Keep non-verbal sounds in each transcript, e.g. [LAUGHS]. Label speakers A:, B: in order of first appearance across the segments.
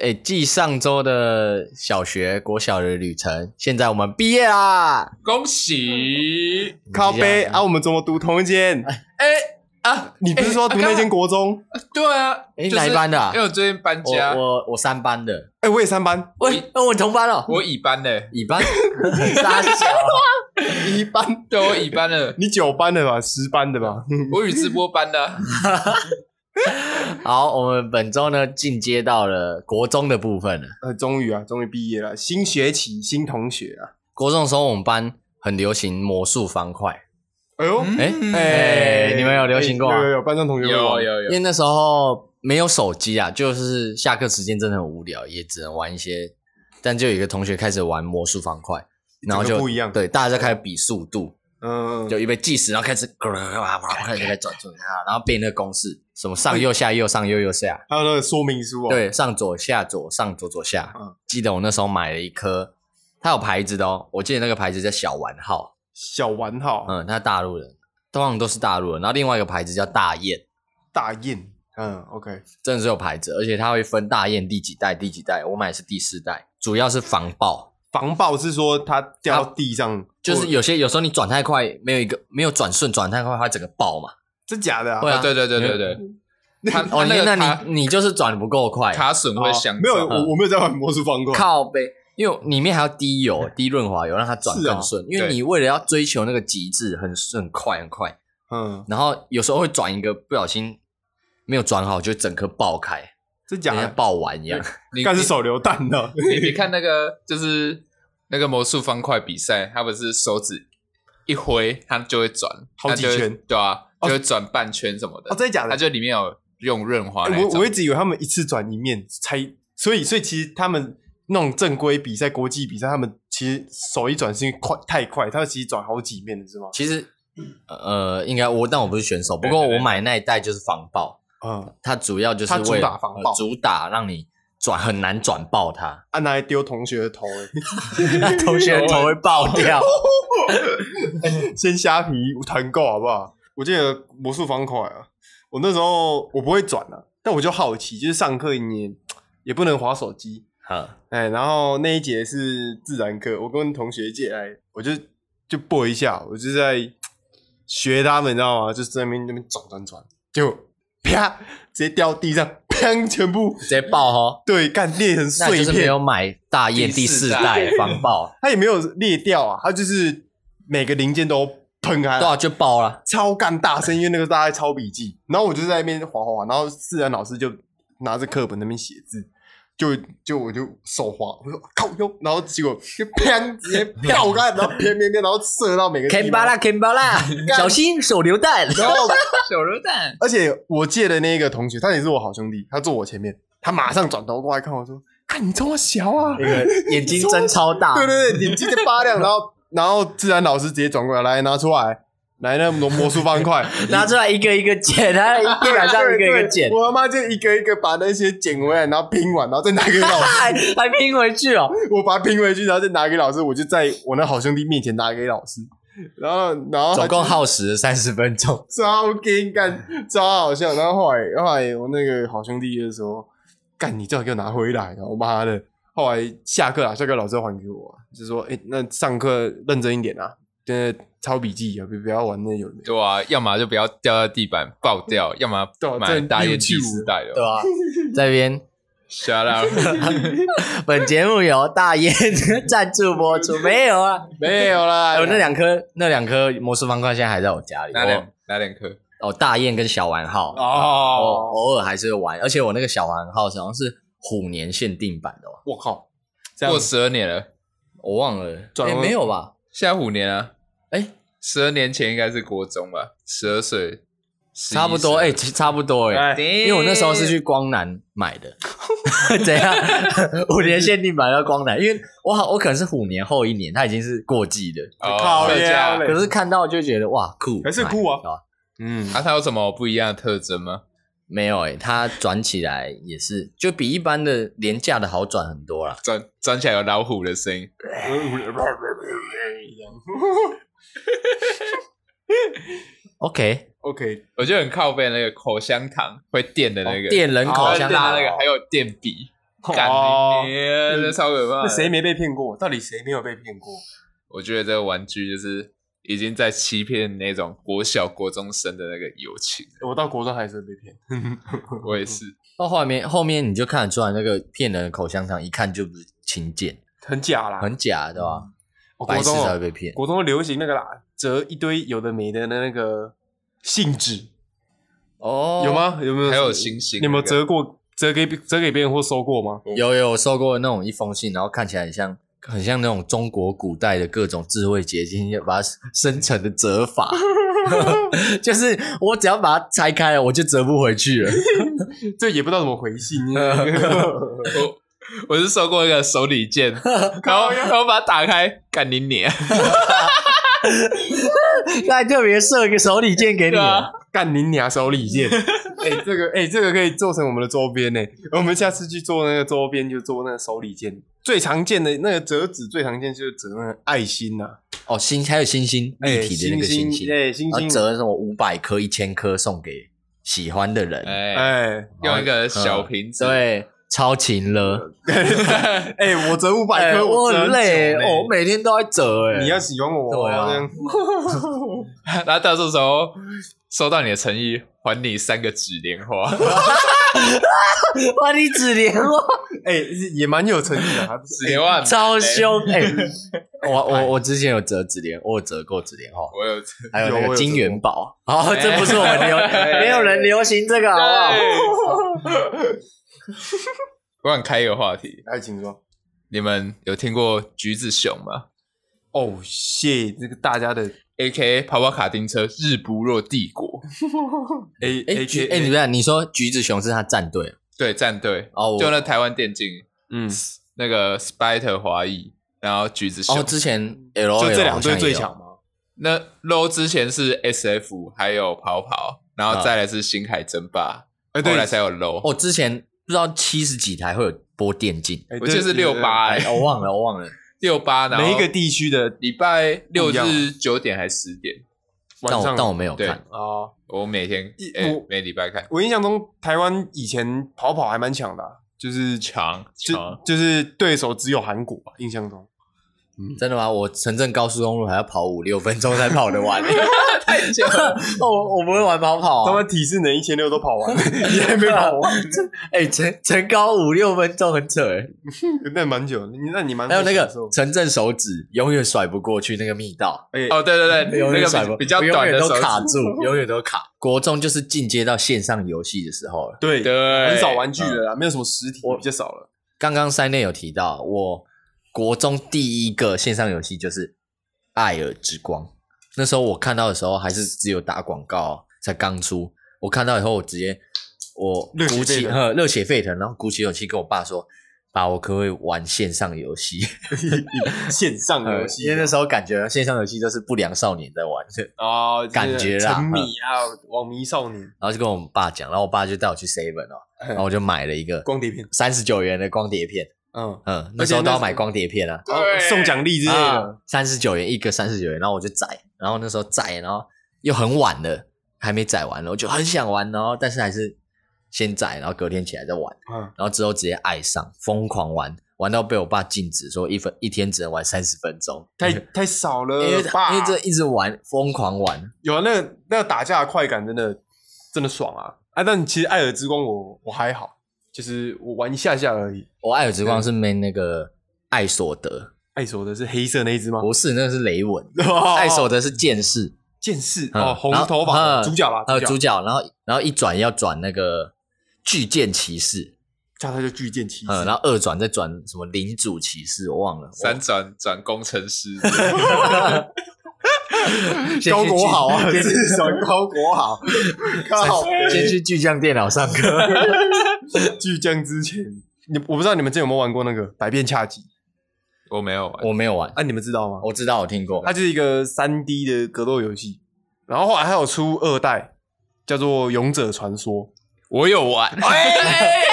A: 哎，继上周的小学、国小的旅程，现在我们毕业啦！
B: 恭喜！
C: 靠背啊，我们怎么读同一间？
B: 哎、啊，
C: 你不是说读那间
B: 国？
C: 国中？
B: 啊对啊，
A: 哎
B: 就
A: 哪一班的啊
B: 因为我最近搬
A: 我
B: 家，我
A: 我我三班的，
C: 哎，我也三班，
A: 喂，那我同班了，
B: 乙班的，
A: 乙班，傻小，
C: 一班，
B: 对我乙班的，
C: 你九班的吧，十班的吧？ [LAUGHS]
B: 我与直播班的啊。
A: 好，我们本周呢进阶到了国中的部分了。
C: 呃，终于啊，终于毕业了，新学期新同学啊。
A: 国中的时候，我们班很流行魔术方块，
C: 哎呦，
A: 哎哎你们有流行过啊
C: 哎有有有，班上同学会
B: 有
C: 玩，
B: 有
A: 因
B: 有
A: 为那时候没有手机啊，就是下课时间真的很无聊，也只能玩一些。但就有一个同学开始玩魔术方块，然后
C: 整
A: 就
C: 个不一样
A: 对，大家就开始比速度，
C: 嗯，
A: 就一边计时，然后开始咕噜咕噜咕噜开始在转转啊，然后背那个公式，什么上右下右上右右下，
C: 还有那个说明书哦。，
A: 对，上左下左上左左下。
C: 嗯
A: 记得我那时候买了一颗，它有牌子的哦，我记得那个牌子叫小丸号，
C: 小丸号，
A: 嗯，它大陆人，通常都是大陆人。然后另外一个牌子叫大雁，
C: 大雁，嗯，OK，
A: 真的是有牌子，而且它会分大雁第几代第几代，我买的是第四代，主要是防爆，
C: 防爆是说它掉到地上，
A: 就是有些有时候你转太快，没有一个没有转顺，转太快它整个爆嘛。
C: 真假的啊
A: 会啊
B: 啊，对对对对对，他
A: 哦，
B: 他
A: 你
B: 那个
A: 那
B: 卡
A: 你你就是转的不够快，
B: 卡损会
C: 哦
B: 相
C: 没有，
B: 撞
C: 我我没有在玩魔术方
A: 嗯
C: 块，
A: 靠背，因为里面还要滴油、滴润滑油，让它转
C: 是哦
A: 更顺。因为
B: 啊对
A: 你为了要追求那个极致，很很快很快，
C: 嗯，
A: 然后有时候会转一个，不小心没有转好，就整颗爆开，
C: 真假
A: 像
C: 的，
A: 爆丸一样。
B: 你
C: 干是
B: 你
C: 手榴弹
A: 哦
C: 的，
B: 你你看那个就是那个魔术方块比赛，他不是手指一挥，它就会转
C: 好
B: 它
C: 几
B: 就会
C: 圈
B: 对啊，
C: 哦
B: 就会转半圈什么的
C: 哦，。真的假
B: 它
C: 的？
B: 就里面有用润滑那
C: 欸我
B: 种 [LAUGHS]
C: 我一 [LAUGHS] 直以为他们一次转一面才，所以所以其实他们那种正规比赛、国际比赛，他们其实手一转是因为快太快，他们其实转好几面的是吗？
A: 其实，呃，应该我，但我不是选手，不
B: 对
A: 过
B: 对对
A: 我买那一代就是防爆，
C: 嗯，
A: 它主要就是
C: 它主
A: 为了
C: 打防爆
A: 呃主打让你转很难转爆
C: [LAUGHS]
A: 它，
C: 啊，拿来丢同学的头、
A: 那同学
C: 啊
A: 的头会爆
C: [LAUGHS]
A: 掉。
C: 欸， [LAUGHS] 先虾皮团购好不好？我记得魔术方块啊，我那时候我不会转啊，但我就好奇，就是上课你也不能划手机，
A: 好，
C: 哎，然后那一节是自然课，我跟同学借来，我就就播一下，我就在学他们，你知道吗？就是在那边那边转转转，就啪直接掉地上，砰，全部
A: 直接爆哦，
C: 对干裂成
A: 那就
C: 碎
A: 是没
C: 片
A: 有。买大雁第
B: 第
A: 四
B: 四
A: 代
B: 代
A: 防
C: [LAUGHS]
A: 爆，
C: 它也没有裂掉啊，它就是每个零件都喷开
A: 对
C: 了，
A: 啊，就爆了。
C: 超干大声，因为那个大家在抄笔记，然后我就在那边划划划，然后自然老师就拿着课本那边写字。就就我就手滑，我说靠哟，然后结果就砰直接跳开，然后偏偏偏，然后射到每个
A: 肯
C: 地
A: 巴
C: 方。
A: 拉，肯巴
C: [LAUGHS]
A: 拉，小心手榴弹！
C: 然后，
B: 手榴弹，
C: 而且我借的那个同学，他也是我好兄弟，他坐我前面，他马上转头过来看我说：“看你这么小啊！”
A: 那
C: [LAUGHS]
A: 个啊眼睛睁超大，
C: 对对对，眼睛在发亮，然后然后自然老师直接转过来，来拿出来，来那魔魔术
A: [LAUGHS]
C: 方块，
A: 拿出来一个一个剪，然后地板上一个一个剪
C: 对，我他妈就一个一个把那些捡回来，然后拼完，然后再拿给老师，
A: 还还拼回去
C: [LAUGHS]
A: 哦。
C: 我把它拼回去，然后再拿给老师，我就在我那好兄弟面前拿给老师，然后然后他
A: 总共耗时三十分钟，
C: 超尴尬，超好笑。然后后来后来我那个好兄弟就说：“干，你最好给我拿回来！”然后妈的，后来下课啦，下课老师要还给我，就说：“哎、那上课认真一点啊，真的抄笔记啊，别不要玩那有的没的。
B: 对啊，要么就不要掉到地板爆掉，要么
C: 对啊
B: 买
C: 这
B: 大雁
C: 六七
B: 第
C: 五
B: 四代
A: 对啊吧、
B: 的。
A: 这边，
B: Shut up！ [LAUGHS]
A: 本节目由大雁 [LAUGHS] 赞助播出，没有啊？”
C: 没有啦，
A: 哎，我那两颗那两颗魔术方块现在还在我家里，
B: 哪
A: 我
B: 两哪两颗？
A: 哦大雁跟小丸号，我
C: 哦，
A: 偶尔还是会玩，而且我那个小丸号好像是虎年限定版的、哦，
C: 我靠，这样
B: 过十二年了，
A: 我忘了，
C: 转
A: 哎
C: 了
A: 没有吧？
B: 现在五年啊。
A: 哎，
B: 十二年前应该是国中吧，十二岁，11
A: 差不多，哎、，其差不多、哎、
C: 哎
B: 因
A: 因为我那时候是去光南买
C: [LAUGHS]
A: 的，怎样？五年限定版到光南，因为我好，我可能是虎年后一年，它已经是过季的，
B: 哦
C: 靠
B: 特价
C: 腰嘞
A: 可是看到就觉得哇酷，
C: 还是
A: 买
C: 酷啊
A: 对吧
C: 嗯，
B: 啊，它有什么不一样的特征吗？
A: 没有诶、它转起来也是，就比一般的廉价的好转很多啦。
B: 转转起来有老虎的声音，
A: OK，
C: OK，
B: 我就很靠背那个口香糖会电的那个，
A: 哦
B: 哦
A: 电人口
B: 口
A: 香
B: 香
A: 糖
B: 糖那个，还有电笔，干
C: 哦
B: 你娘，这超可怕
C: 那
B: 的。
C: 谁没被骗过？到底谁没有被骗过？
B: 我觉得这个玩具就是已经在欺骗那种国小国中生的那个友情了。
C: 我到国中还是被骗。
B: 我也是，
A: 到后面后面你就看得出来，那个骗人的口香糖一看就不是勤俭，
C: 很假啦，
A: 很假，对吧？
C: 我
A: 白
C: 嗯国
A: 痴
C: 中
A: 才会
C: 哦
A: 被骗。
C: 国中流行那个啦，折一堆有的没的那个信纸，
A: 哦
C: 有？吗？有没有？
B: 还有星星
C: 你有没有
B: 那个
C: 折过？折给折给别人或收过吗？
A: 有有，我收过那种一封信，然后看起来很像很像那种中国古代的各种智慧结晶，要把它生成的折法，
C: [LAUGHS]
A: 就是我只要把它拆开了，我就折不回去
C: [LAUGHS]
A: 了。
C: 这也不知道怎么回信。
B: 我我是收过一个手里剑，然后然后把它打开，干你脸，
A: 那还特别设一个手里剑给你
B: 对啊
A: 啊，
C: 干你娘手
A: [LAUGHS]
C: 里剑！哎、这个哎、这个可以做成我们的周边呢、我们下次去做那个周边，就做那个手里剑。最常见的那个折纸，最常见就是折那个爱心呐、
A: 哦，星还有星星
C: 哎
A: 立体的那个
C: 星
A: 星
C: 星，
A: 星，
C: 哎、星
A: 然后
C: 星，
A: 折什么五百颗、一千颗送给喜欢的人，
B: 哎，
C: 哎、
B: 用一个小瓶子，
A: 对，超勤了，
C: 哎、我折五百
A: 哎
C: 颗，
A: 我
C: 折
A: 很累，
C: 久呢
A: 哦我每天都在折，哎，
C: 你要喜欢我，
A: 对啊
C: 这样
B: 然后到时候收到你的诚意，还你三个纸莲花。
A: [LAUGHS] 哇，你只连我
C: 哎、也蛮有诚意的、还不是
B: 纸莲花很，
A: 超凶，哎， [LAUGHS] 我我我之前有折纸莲，我有折过纸莲花，
B: 我有， [LAUGHS]
A: 还有
C: 有
A: 那
C: 我有
A: 个金元宝，好，
B: 哎
A: 这不是我们流，没有人流行这个，好不好？
B: 我想开一个话题，
C: 爱情说，
B: 你们有听过橘子熊吗
C: 哦，谢这个大家的
B: ？A K A 跑跑卡丁车日不落帝国，
C: A
A: 哎
C: A
A: 橘
C: K
A: 哎，你不要，你说橘子熊是他战队
B: 对战队，
A: 哦，我
B: 就那台湾电竞
C: 嗯，
B: 那个 Spider 华裔，然后橘子熊
A: 哦，，之前 L
C: 就这两队最强嘛。
B: 那 low 之前是 S F，还有跑跑，然后再来是星海争霸，
C: 啊
B: 后
C: 哎、对，
B: 来才有 low，、
A: 我哦之前不知道七十几台会有播电竞，
C: 哎
B: 我记得是六，八、
A: 哎，我忘了，我忘了。
B: 六八，然后
C: 每一个地区的
B: 礼拜六
C: 不一
B: 日九点还十点，
A: 但
C: 晚
A: 我
C: 上
A: 但我没有
B: 对
A: 看，
C: 哦，
B: 我每天
C: 一
B: 哎、
C: 我
B: 每礼拜看，
C: 我印象中台湾以前跑跑还蛮强的啊、就是
B: 长
A: 啊
B: [LAUGHS]
C: 就
B: 长
C: 就是对手只有韩国吧，印象中。
A: 真的吗？我城镇高速公路还要跑五六分钟才跑得完， [LAUGHS] 太久了。我我不会玩跑跑
C: 他
A: 啊，
C: 们体适能一千六都跑完， [LAUGHS] 你还没跑
A: [LAUGHS]
C: 完，
A: 哎，城城高五六分钟很扯哎。
C: 那蛮久。你那你蛮
A: 还有那
C: 会
A: 个
C: 享受
A: 城镇手指永远甩不过去那个密道，
C: 哎、
B: 哦，对对对，
A: 永
B: 那
A: 远甩
B: 个
A: 不，
B: 比比较
A: 我永
B: 短
A: 远
B: 的
A: 都
B: 手
A: 卡
B: 指，
A: 住，永远都卡。国中就是进阶到线上游戏的时候了。
C: 对，
B: 对，
C: 很少玩具了啦，没有什么实体，
A: 我
C: 比较少了。
A: 刚刚三内有提到，我国中第一个线上游戏就是《艾尔之光》，那时候我看到的时候还是只有打广告，才刚出。我看到以后，我直接我
C: 热血
A: 鼓
C: 沸
A: 起
C: 腾
A: 呵热血沸腾，然后鼓起勇气跟我爸说：“爸，我可不可以玩线上游戏
C: 线？”上呃
A: [LAUGHS]
C: 游戏
A: 因为那时候感觉线上游戏都是不良少年在玩的，
C: 哦，就是
A: 感觉啦嗯
C: 沉迷啊，网迷少女，
A: 然后就跟我们爸讲，然后我爸就带我去 Seven
C: [LAUGHS]
A: 哦，然后我就买了一个
C: 光碟片，
A: 三十九元的光碟片，
C: 嗯，
A: 嗯，那时候
C: 而且那
A: 都要
C: 是
A: 买光碟片啊，
B: 对
C: 哦送奖励之类的，
A: 啊三十九元一个，三十九元，然后我就载，然后那时候载，然后又很晚了，还没载完了，我就很想玩，然后但是还是先载，然后隔天起来再玩，
C: 嗯，
A: 然后之后直接爱上，疯狂玩，玩到被我爸禁止说一分一天只能玩三十分钟，
C: 太
A: 因
C: 太少了
A: 为
C: 吧？
A: 因为这一直玩，疯狂玩，
C: 有啊，那个那个打架的快感真的真的爽啊！啊，但其实《艾尔之光》我我还好，就是我玩一下下而已。
A: 我爱尔之光
C: 嗯
A: 是没那个艾索德，
C: 艾索的是黑色那一只吗？
A: 不是那个是雷
C: [LAUGHS]
A: 文，艾
C: 艾
A: 索德是剑士，
C: 剑士
A: 嗯
C: 哦，红
A: 然后
C: 头发的
A: 嗯
C: 主角吧，
A: 还有
C: 主
A: 主角，然后然后一转要转那个巨剑骑士。
C: 叫他叫巨剑骑士。
A: 嗯，然后二转再转什么领主骑士，我忘了。
B: 三转转工程
C: [LAUGHS]
B: 师，
C: 高国豪啊，
A: 先
C: 这
A: 去
C: 是什么高
A: [LAUGHS]
C: 国豪？靠，
A: 先去巨匠电脑上课。
C: [LAUGHS] 巨匠之前，你我不知道你们之前有没有玩过那个百变恰吉
B: 我没有玩，
A: [LAUGHS] 我没有玩，
C: 啊？你们知道吗？
A: 我知道我听过
C: 它。就是一个三 D 的格斗游戏，然后后来还有出二代，叫做《勇者传说》。
B: 我有玩，
C: 哦
B: 哎
C: [LAUGHS]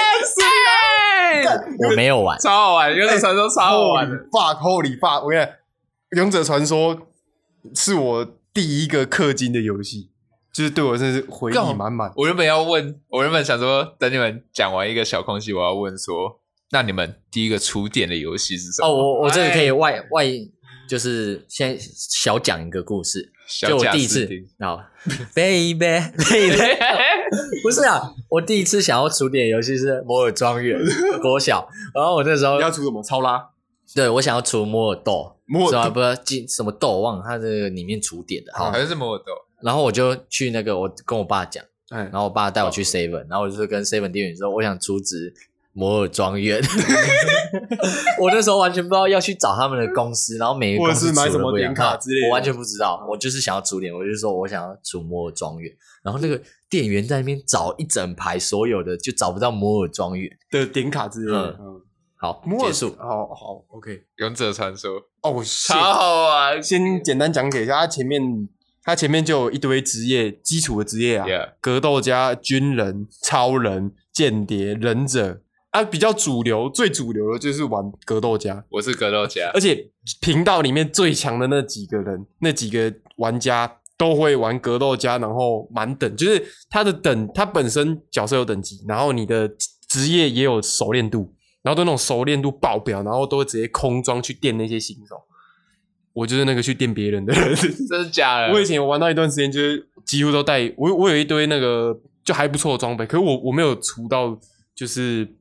A: 我没有玩，
B: 超好玩，原神传说超好玩的，
C: 发扣理发，我跟你讲，《勇者传说》是我第一个氪金的游戏，就是对我真是回忆满满。
B: 我原本要问，我原本想说，等你们讲完一个小空隙，我要问说，那你们第一个触电的游戏是什么？
A: 哦，我我这个可以外外，就是先小讲一个故事，
B: 小
A: 就我
B: 贾
A: 第一
B: 斯
A: 次
B: 汀，
A: 好，baby [LAUGHS] baby，不是啊，我第一次想要出点游戏是《摩尔庄园》 [LAUGHS] 国小，然后我那时候
C: 你要出什么超拉？
A: 对我想要出摩尔豆，
C: 摩尔
A: 是吧？
C: 豆
A: 不知道进什么豆，我忘了它这个里面出点的。 [LAUGHS] 好
B: 好，像是摩尔豆，
A: 然后我就去那个，我跟我爸讲，
C: 哎
A: 然，后我爸带我去 Seven，然后我就跟 Seven 店员说，我想出资摩尔庄
C: [LAUGHS]
A: 园。 [LAUGHS] 我那时候完全不知道要去找他们的公司，然后每个公司
C: 或者是买
A: 出的
C: 什么
A: 不一样
C: 点卡之类的
A: 我完全不知道。我就是想要出点，我就说我想要出摩尔庄园，然后那个店员在那边找一整排所有的，就找不到摩尔庄园。
C: 的点卡之类的。嗯，
A: 好，
C: 摩尔
A: 结束。
C: 好好，OK。
B: 勇者传说，
C: 哦，
B: 超好玩。
C: 先简单讲解一下，它前面它前面就有一堆职业，基础的职业啊
B: Yeah
C: 格斗家、军人、超人、间谍、忍者啊，比较主流，最主流的就是玩格斗家，
B: 我是格斗家
A: 呃
C: 而，且频道里面最强的那几个人，那几个玩家都会玩格斗家，然后满等，就是他的等，他本身角色有等级，然后你的职业也有熟练度，然后都那种熟练度爆表，然后都会直接空装去电那些新手。我就是那个去电别人的人，
B: 真的假的？
C: 我以前有玩到一段时间，就是几乎都带我，我有一堆那个就还不错的装备，可是我我没有除到就是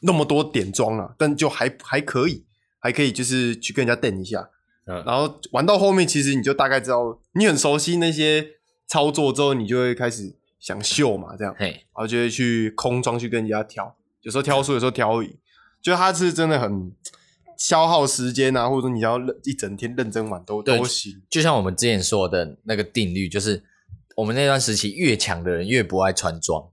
C: 那么多点装啊，但就还还可以，还可以就是去跟人家瞪一下，
A: 嗯
C: 然后玩到后面，其实你就大概知道，你很熟悉那些操作之后，你就会开始想秀嘛，这样，然
A: 嘿，
C: 后就会去空装去跟人家挑，有时候挑输，有时候挑赢，就它是真的很消耗时间啊，或者说你要认一整天认真玩都
A: 对
C: 都行。
A: 就像我们之前说的那个定律，就是我们那段时期越强的人越不爱穿装。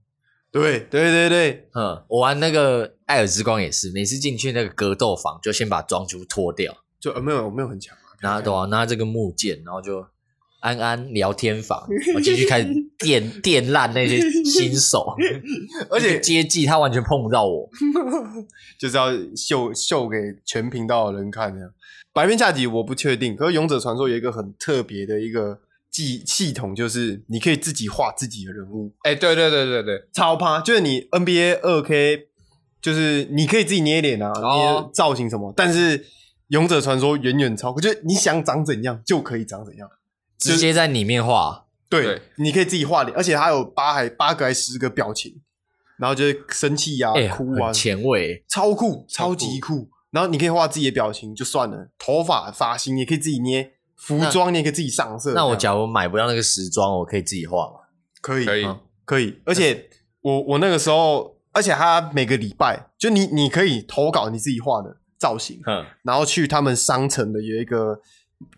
C: 对对对对，
A: 嗯，我玩那个《艾尔之光》也是，每次进去那个格斗房，就先把装全部脱掉，
C: 就、呃、没有没有很强啊，
A: 然后对啊，拿这个木剑，然后就安安聊天房，我继续开始电电烂那些新手，
C: 而且
A: 一个接技他完全碰不到我。
C: 就是要秀秀给全频道的人看的。白面下集我不确定，可是勇者传说有一个很特别的一个系系统，就是你可以自己画自己的人物，
B: 哎，对对对对对，
C: 超趴，就是你 NBA 二 K，就是你可以自己捏脸啊，
B: 哦
C: 捏造型什么，但是勇者传说远远超过，就是你想长怎样就可以长怎样。是
A: 直接在里面画，
C: 对，
B: 对
C: 你可以自己画脸，而且它有八还八个还十个表情，然后就是生气呀、
A: 哎、
C: 哭啊
A: 很，前卫，
C: 超酷，
B: 超
C: 超
B: 酷
C: 级酷。然后你可以画自己的表情就算了，头发发型也可以自己捏，服
A: 那
C: 装你也可以自己上色。
A: 那我
C: 这样
A: 假如买不到那个时装，我可以自己画嘛？
C: 可以，
B: 可以
C: 嗯
A: 哦
C: 可以。而且我我那个时候，而且他每个礼拜就你你可以投稿你自己画的造型，
A: 嗯，
C: 然后去他们商城的有一个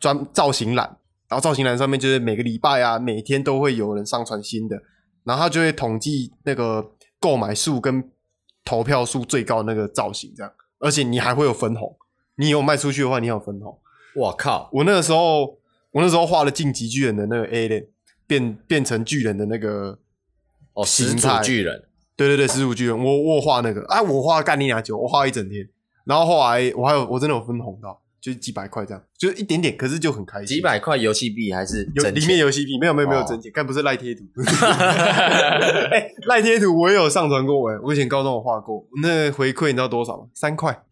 C: 专造型栏，然后造型栏上面就是每个礼拜啊，每天都会有人上传新的，然后他就会统计那个购买数跟投票数最高的那个造型这样，而且你还会有分红，你有卖出去的话，你还有分红。
A: 我靠，
C: 我那个时候，我那时候画了晋级巨人的那个 A 链，变变成巨人的那个
A: 哦，始
C: 形
A: 祖
C: 态
A: 巨人，
C: 对对对，始祖巨人，我我有画那个，哎、啊，我画干你俩球，我画一整天，然后后来我还有我真的有分红到，就是几百块这样，就是一点点，可是就很开心。
A: 几百块游戏币还是
C: 有
A: 真
C: 里
A: 钱
C: 面游戏币没有没有没有
A: 哦
C: 真钱，但不是赖贴图。 [LAUGHS] 哎赖贴图我也有上传过哎、我以前高中我画过，那回馈你知道多少吗？三块，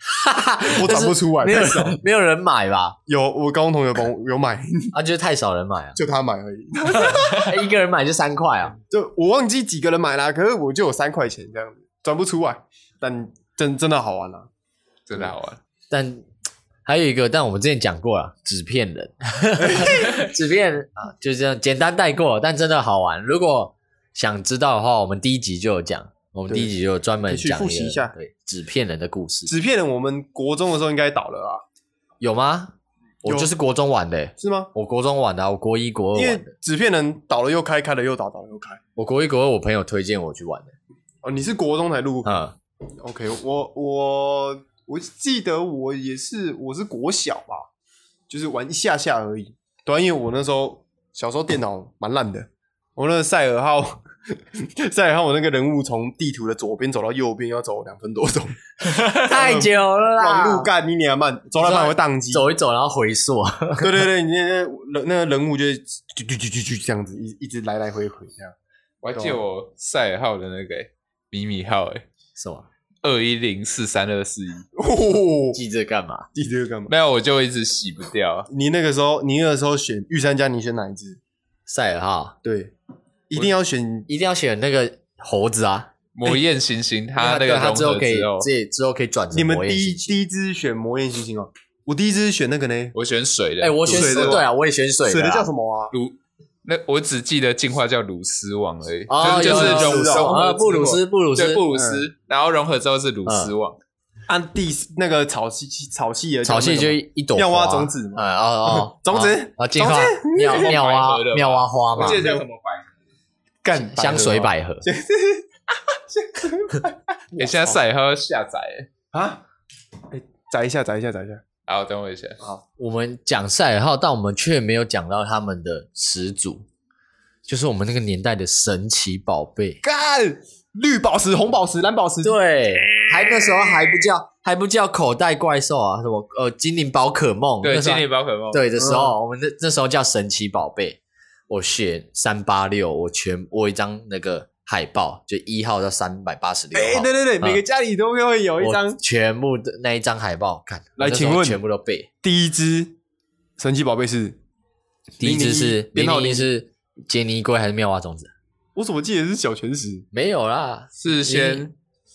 C: 我转不出来。
A: 没有人没有人买吧？
C: 有我高中同学帮我有买，
A: 啊，就是太少人买啊，
C: 就他买而已。
A: 哎一个人买就三块啊。
C: 就我忘记几个人买啦，可是我就有三块钱这样子，转不出来。但真真的好玩啦、
B: 真的好玩。
A: 啊但还有一个，但我们之前讲过了，纸片
C: [LAUGHS]
A: 人，纸片人啊，就这样简单带过，但真的好玩。如果想知道的话，我们第一集就有讲，我们
C: 对
A: 第一集就有专门
C: 可以去
A: 讲
C: 复习
A: 个
C: 一下
A: 对纸片人的故事，
C: 纸片人我们国中的时候应该倒了啊，
A: 有吗？我
C: 有
A: 就是国中玩的欸、
C: 是吗？
A: 我国中玩的啊、我国一国二
C: 因为
A: 玩的，
C: 纸片人倒了又开，开了又倒，倒了又开。
A: 我国一国二我朋友推荐我去玩
C: [LAUGHS]
A: 的，
C: 哦，你是国中才入、
A: 嗯，
C: o k 我我我记得我也是，我是国小吧，就是玩一下下而已。对啊、因为我那时候小时候电脑蛮烂的，我那个赛尔号， [LAUGHS] 赛尔号我那个人物从地图的左边走到右边要走两分多钟，
A: [LAUGHS]
C: [LAUGHS]
A: 太久了啦，
C: 网路干你娘慢，走到慢会宕机。
A: 走一走然后回溯， [LAUGHS]
C: 对对对，你那那人那个人物就是就就就就就这样子，一一直来来回回这样。
B: 我还记得我赛尔号的那个欸迷你号，哎，
A: 什么？
B: 二一零四三二四一，
C: 哦，
A: 记这干嘛？
C: 记这个干嘛？
B: 没有我就一直洗不
A: 哎
B: 掉。
C: 你那个时候，你那个时候选御三家，你选哪一只？
A: 赛尔号
C: 对，一定要选
A: 一定要选那个猴子啊，
B: 魔焰行星它那
A: 对
B: 个
A: 它
B: 融
A: 之后
B: 合
A: 可以
B: 之后，
A: 这之后可以转成
C: 你们
A: 魔焰
C: 第
A: 星
C: 一
A: 球
C: 第一只选魔焰星星哦，我第一只选那个呢，
B: 我选水的。
A: 哎，我选
C: 水的
A: 水，
C: 吧
A: 对啊，我也选水
C: 水的
A: 啦
C: 叫什么啊？
B: 卢，那我只记得进化叫鲁斯王而已，
A: 哦，
B: 就
A: 有
B: 就是
A: 有有
B: 融
C: 斯
B: 融
C: 王
A: 啊，
B: 合
A: 布鲁斯，布鲁
B: 之后，
A: 斯嗯
B: 对，布鲁斯，然后融合之后是鲁斯王。
C: 按啊第那个草系草系的叫
A: 草系
C: 那
A: 就
C: 个吗
A: 一朵
C: 妙蛙
A: 花
C: 种子嘛
A: 嗯哦哦，
C: [LAUGHS] 种子
A: 啊，哦进
C: 种
A: 化
C: 子 [LAUGHS]
A: 妙妙蛙
B: 百合的吧
A: 妙蛙花嘛
B: 我，记得叫什么白？
C: 干百合
A: 香水
C: 吗
A: 百
C: [LAUGHS]
A: 合，
B: 哎，现在赛喝下载欸。
C: 啊？哎，载一下，载一下，载一下。
B: 好，等我一下。
A: 我们讲赛尔号，但我们却没有讲到他们的始祖，就是我们那个年代的神奇宝贝。
C: 干，绿宝石、红宝石、蓝宝石，
A: 对，还那时候还不叫还不叫口袋怪兽啊，什么呃精灵宝可梦，
B: 对，
A: 那时候
B: 精灵宝可梦。
A: 对的时候，我们那那时候叫神奇宝贝。我选三八六，我全我有一张那个海报，就一号到三百八十六
C: 哎，
A: 号
C: 对，对对，
A: 嗯
C: 每个家里都会有一
A: 我
C: 张。
A: 全部的那一张海报，看我那
C: 来
A: 时候
C: 请问
A: 全部都背。
C: 第一只神奇宝贝是，
A: 第一只是
C: 001编号
A: 零
C: 001
A: 是杰尼龟还是妙蛙种子？
C: 我怎么记得是小泉石？
A: 没有啦，
B: 是先，
A: 嗯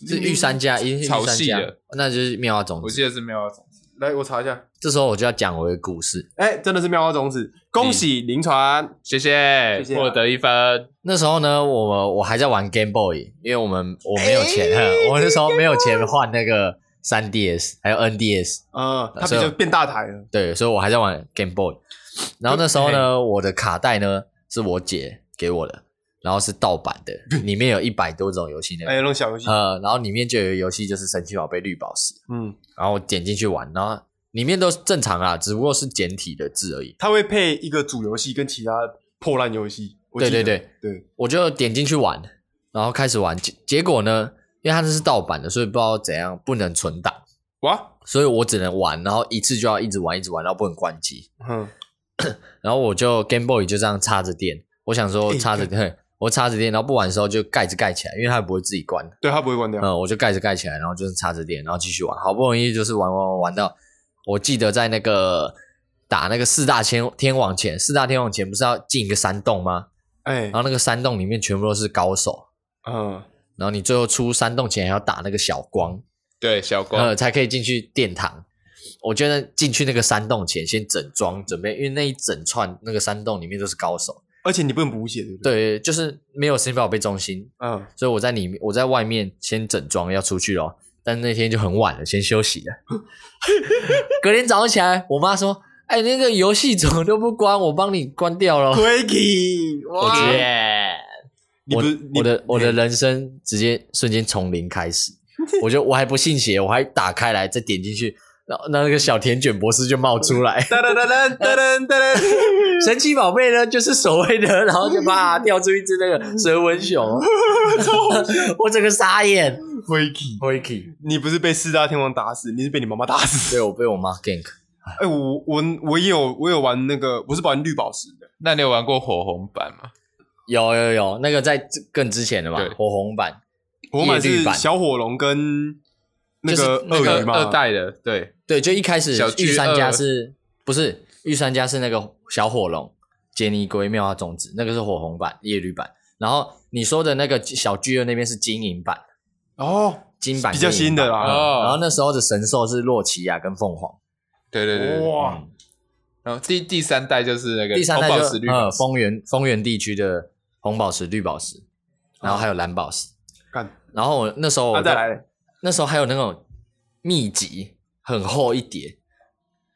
A: 是御三家，一定是御
B: 草
A: 三
B: 系
A: 家
B: 的，
A: 那就是妙蛙种
B: 我
A: 子。
B: 记得是没有种子。
C: 来，我查一下。
A: 这时候我就要讲我的故事。
C: 哎，真的是妙蛙种子，恭喜临船。
B: 谢谢
C: 谢谢，啊
B: 获得一分。
A: 那时候呢，我我还在玩 Game Boy，因为我们我没有钱，哼 [LAUGHS] 我那时候没有钱换那个 3DS 还有 NDS，
C: 嗯，它比
A: 所以
C: 较变大台了。
A: 对，所以我还在玩 Game Boy。然后那时候呢，我的卡带呢是我姐给我的，然后是盗版的，里面有一百多种游戏内
C: 哎，
A: 容，
C: 那种小游戏，
A: 呃，然后里面就有一个游戏就是神奇宝贝绿宝石，
C: 嗯，
A: 然后我点进去玩，然后里面都是正常啊，只不过是简体的字而已。
C: 它会配一个主游戏跟其他破烂游戏。我记得
A: 对对
C: 对，
A: 我就点进去玩，然后开始玩，结结果呢，因为它这是盗版的，所以不知道怎样不能存档，
B: 哇，
A: 所以我只能玩，然后一次就要一直玩，一直玩，然后不能关机。
C: 嗯，
A: 然后我就 Game Boy 就这样插着电，我想说
C: 哎
A: 插着电， [LAUGHS] 我插着电，然后不玩的时候就盖子盖起来，因为它也不会自己关。
C: 对，啊它不会关掉。
A: 嗯，我就盖子盖起来，然后就是插着电，然后继续玩。好不容易就是玩玩玩玩到，我记得在那个打那个四大天天王前，四大天王前不是要进一个山洞吗？
C: 哎
A: 然，后那个山洞里面全部都是高手，
C: 嗯，
A: 然后你最后出山洞前还要打那个小光，
B: 对，小光
A: 呃，才可以进去殿堂。我觉得进去那个山洞前先整装准备，因为那一整串那个山洞里面都是高手。
C: 而且你不能补血，对不对？
A: 对，
C: 对，
A: 就是没有神奇宝贝中心，
C: 嗯，
A: 所以我在里面，我在外面先整装要出去咯。但那天就很晚了，先休息了。 [LAUGHS] 隔天早上起来，我妈说：“哎、那个游戏怎么都不关，我帮你关掉了。
C: Quaky，”
A: 我
C: 哇
A: 直，接，
C: 你
A: 我
C: 不
A: 的
C: 是你
A: 我的我的
C: 嘿
A: 人生直接瞬间从零开始。我就我还不信邪，我还打开来再点进去，然后那个小甜卷博士就冒出来，
C: 哒哒哒哒哒哒哒 [LAUGHS] 哒。
A: [LAUGHS] 神奇宝贝呢，就是所谓的，然后就啪掉出一只那
C: 嗯
A: 个蛇纹
C: [LAUGHS]
A: 熊， [LAUGHS] 我整个傻眼。
C: Vicky，
A: Vicky，
C: 你不是被四大天王打死，你是被你妈妈打死。
A: 对我被我妈 gank，
C: 哎、我我我也有我有玩那个，我是玩绿宝石的，
B: 那你有玩过火红版吗？
A: 有有有，那个在之更之前的嘛
B: 对，
A: 火红版，
C: 我买
A: 叶
C: 是
A: 绿版
C: 小火龙跟那个
A: 就是
B: 那
C: 鳄
B: 个
C: 鱼嘛，
B: 二代的，对，
A: 对，就一开始
B: 小巨
A: 御三家
B: 鳄
A: 是不是御三家是那个小火龙、杰尼龟、妙蛙种子，那个是火红版、叶绿版，然后你说的那个小巨鳄那边是金银版，
C: 哦，
A: 金版
C: 比较
A: 跟银
C: 新的
A: 版嗯
C: 啦
B: 哦
A: 然后那时候的神兽是洛奇亚跟凤凰，嗯
B: 对对对对。
C: 哇，
B: 然后第第三代就是那个
A: 第三代
B: 红
A: 就
B: 宝石绿
A: 呃
B: 宝石
A: 丰原丰原地区的红宝石、绿宝石，然后
B: 哦
A: 还有蓝宝石。
C: 看
A: 然后我那时候我
B: 啊
C: 那、
A: 就
C: 啊再来
A: 那时候还有那种秘籍，很厚一叠，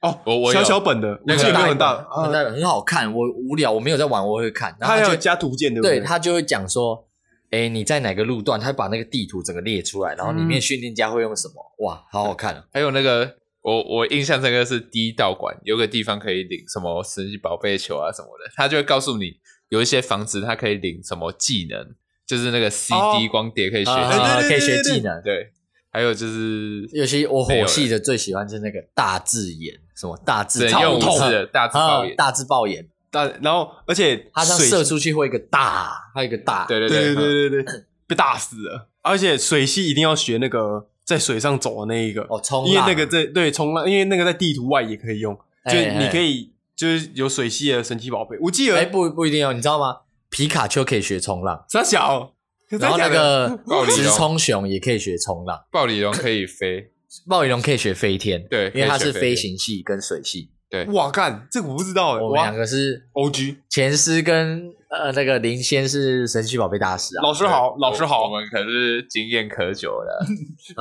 C: 哦，
B: 我我有
C: 小小本的，
B: 那
C: 我
B: 个
C: 记得没有很大，
A: 很
C: 啊
A: 大本很好看。我无聊，我没有在玩，我会看。然
C: 它
A: 后
C: 还
A: 就
C: 有加图鉴，对不
A: 对
C: 对？
A: 他就会讲说，哎，你在哪个路段？他会把那个地图整个列出来，然后里面训练家会用什么？哇，好好看哦！
B: 还有那个，我我印象这个是第一道馆，有个地方可以领什么神奇宝贝球啊什么的，他就会告诉你有一些房子它可以领什么技能，就是那个 CD
C: 哦
B: 光碟可以学
A: 啊
B: 习，
A: 啊
C: 对对对
A: 可以学
C: 对对
A: 技能。
B: 对，还有就是
A: 尤其我
B: 没
A: 火
B: 有了
A: 系的最喜欢就是那个大字眼，什么大字
B: 只能用
A: 爆
B: 五
A: 痛
B: 次的大字
A: 啊
B: 爆眼，
A: 大字爆眼，
C: 大，然后而且
A: 它这样
C: 水
A: 射出去嗯会有一个大，还有一个大，
B: 对对
C: 对对
B: 对
C: 对对对，被打死了。而且水系一定要学那个在水上走的那一个，
A: 哦，冲浪，哎
C: 因为那个在对冲浪，因为那个在地图外也可以用，
A: 嘿
C: 就你可
A: 嘿
C: 以就是有水系的神奇宝贝。我记得
A: 哎、不不一定哦，你知道吗？皮卡丘可以学冲浪，
C: 傻小，
A: 然后那
C: 真的假的哦
A: 个
B: 暴力龙
A: 直冲熊也可以学冲浪，
B: 暴鲤龙可以飞，
A: 暴雨龙可以学飞天，
B: 对
A: 因为它是
B: 可以学飞
A: 飞
B: 天
A: 行系跟水系。
C: 哇干，这个我不知道哎，
A: 我们
C: 哇
A: 两个是
C: O G
A: 前师跟呃那个林仙是神奇宝贝大师啊，
C: 老师好，老师
B: 我
C: 好，
B: 我们可是经验可久了。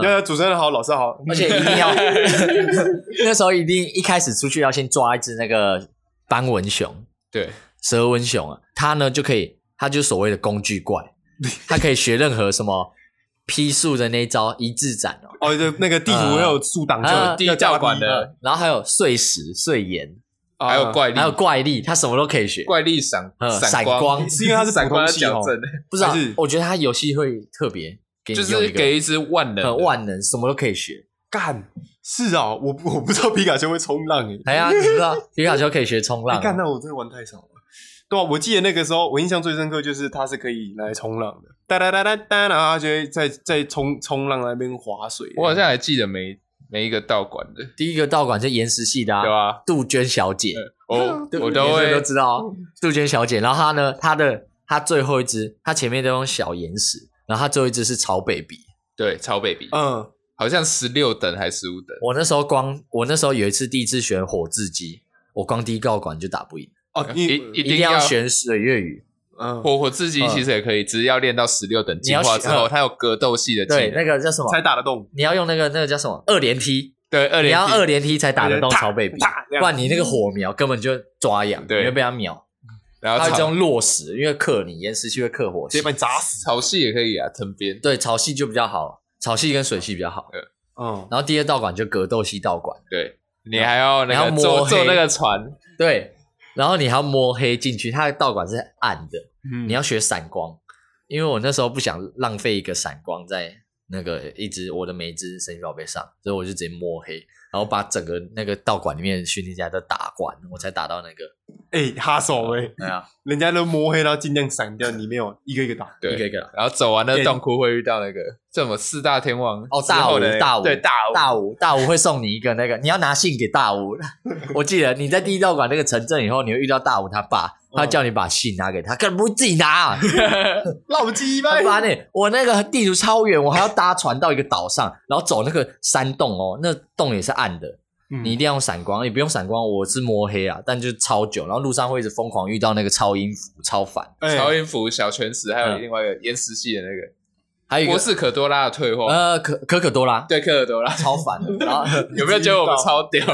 C: 那主持人好，老师好，
A: 嗯而且一定
C: [LAUGHS]
A: 要 [LAUGHS] 那时候一定一开始出去要先抓一只那个斑纹熊、
B: 对，
A: 蛇纹熊啊，它呢就可以，它就是所谓的工具
B: [LAUGHS]
A: 怪，它可以学任何什么 [LAUGHS] 劈树的那一招一字斩哦，
C: 哦，对，那个地图
A: 呃
C: 会有树挡，就
A: 还有
C: 有
B: 地道馆的
C: 的，
A: 然后还有碎石、碎岩，
C: 啊
B: 还有怪力
A: 还，有怪力，它什么都可以学。
B: 怪力闪
A: 呃闪
B: 光
A: 光，
C: 是因为它是
B: 闪
C: 普
B: 光
C: 通
B: 要
C: 系
B: 矫
C: 哦，
B: 正，
A: 不知道
C: 还是，
A: 我觉得它游戏会特别给你
B: 就
A: 用
B: 是
A: 一个嗯
B: 给一只万能
A: 很
B: 的
A: 万能，什么都可以学。
C: 干是啊，我不我不知道皮卡丘会冲浪诶，
A: 哎呀，你知
B: [LAUGHS]
A: 道皮卡丘可以学冲浪
C: 哎
A: 啊，
C: 干，那我真的玩太少了。对啊，我记得那个时候，我印象最深刻就是它是可以来冲浪的，哒哒哒哒哒，然后它就会在在冲冲浪那边划水。
B: 我好像还记得每每一个道馆的，
A: 第一个道馆是岩石系的
B: 对
A: 啊，
B: 吧？
A: 杜鹃小姐，
B: 我
A: 嗯对
B: 我都
A: 每个人
B: 会
A: 都知道哦杜鹃小姐。然后她呢，她的她最后一只，她前面都用小岩石，然后她最后一只是草 baby。
B: 对超 baby，
C: 嗯，
B: 好像十六等还十五等，
A: 我那时候光我那时候有一次第一次选火字机，我光第一道馆就打不赢，
C: 哦，
B: 一
C: 你
B: 一
A: 一
B: 定
A: 定
B: 要
A: 要选水粤语。
C: 嗯，
B: 我我自己其实也可以，只是要练到十六等进
A: 你要
B: 化
A: 学嗯
B: 之后，它有格斗系的技
A: 对，
B: 能，
A: 那个叫什么？
C: 才打得动，
A: 你要用那个那个叫什么二连踢，
B: 对二
A: 你
B: 连
A: 要
B: 击
A: 二连踢才打得动
C: 啪
A: 曹贝比，
C: 啪这
A: 不
C: 样
A: 然你那个火苗根本就抓痒，
B: 对
A: 你会被他秒。
B: 然
A: 它
B: 后
A: 会这
B: 草
A: 种落石，因为克你岩石系会克火系
C: 直接，把你砸死。
B: 草系也可以啊，藤边
A: 对草系就比较好，草系跟水系比较好。
C: 嗯，
A: 然后第二道馆就格斗系道馆，
B: 对，你还要那个
A: 你要摸
B: 坐
A: 黑
B: 坐那个船，
A: 对，然后你还要摸黑进去，它的道馆是暗的，
C: 嗯
A: 你要学闪光，因为我那时候不想浪费一个闪光在那个一只我的每一只神奇宝贝上，所以我就直接摸黑，然后把整个那个道馆里面的训练家都打完，我才打到那个。
C: 哎，哈手哎，
A: 对啊，
C: [LAUGHS] 人家都摸黑，然后尽量闪掉，你没有一个一个打。
A: 一个一
B: 对，
A: 个啦。
B: 然后走完那
C: 对
B: 洞窟会遇到那个这么四大天王
A: 哦，
B: 之
A: 大
B: 后
A: 吴
B: 的，
A: 大吴，
B: 对大
A: 大吴，大吴会送你一个那个，你要拿信给大吴。 [LAUGHS] 我记得你在第一道馆那个城镇以后，你会遇到大吴他爸，他叫你把信拿给他，干嘛不自己拿、啊？
C: [LAUGHS] 老鸡
A: 他
C: 掰，
A: 妈呢！我那个地图超远，我还要搭船到一个岛上，然后走那个山洞哦，那洞也是暗的，
C: 嗯
A: 你一定要用闪光，你不用闪光，我是摸黑啊，但就超久，然后路上会一直疯狂遇到那个超音符，超烦。
C: 哎
B: 超音符、小拳石，还有
A: 嗯
B: 另外一个岩石系的那个
A: 还有一
B: 博
A: 个
B: 士可多拉的退化，
A: 呃可可可多拉，
B: 对科尔多拉，
A: 超烦的。然后
B: 有没有觉得我们超屌？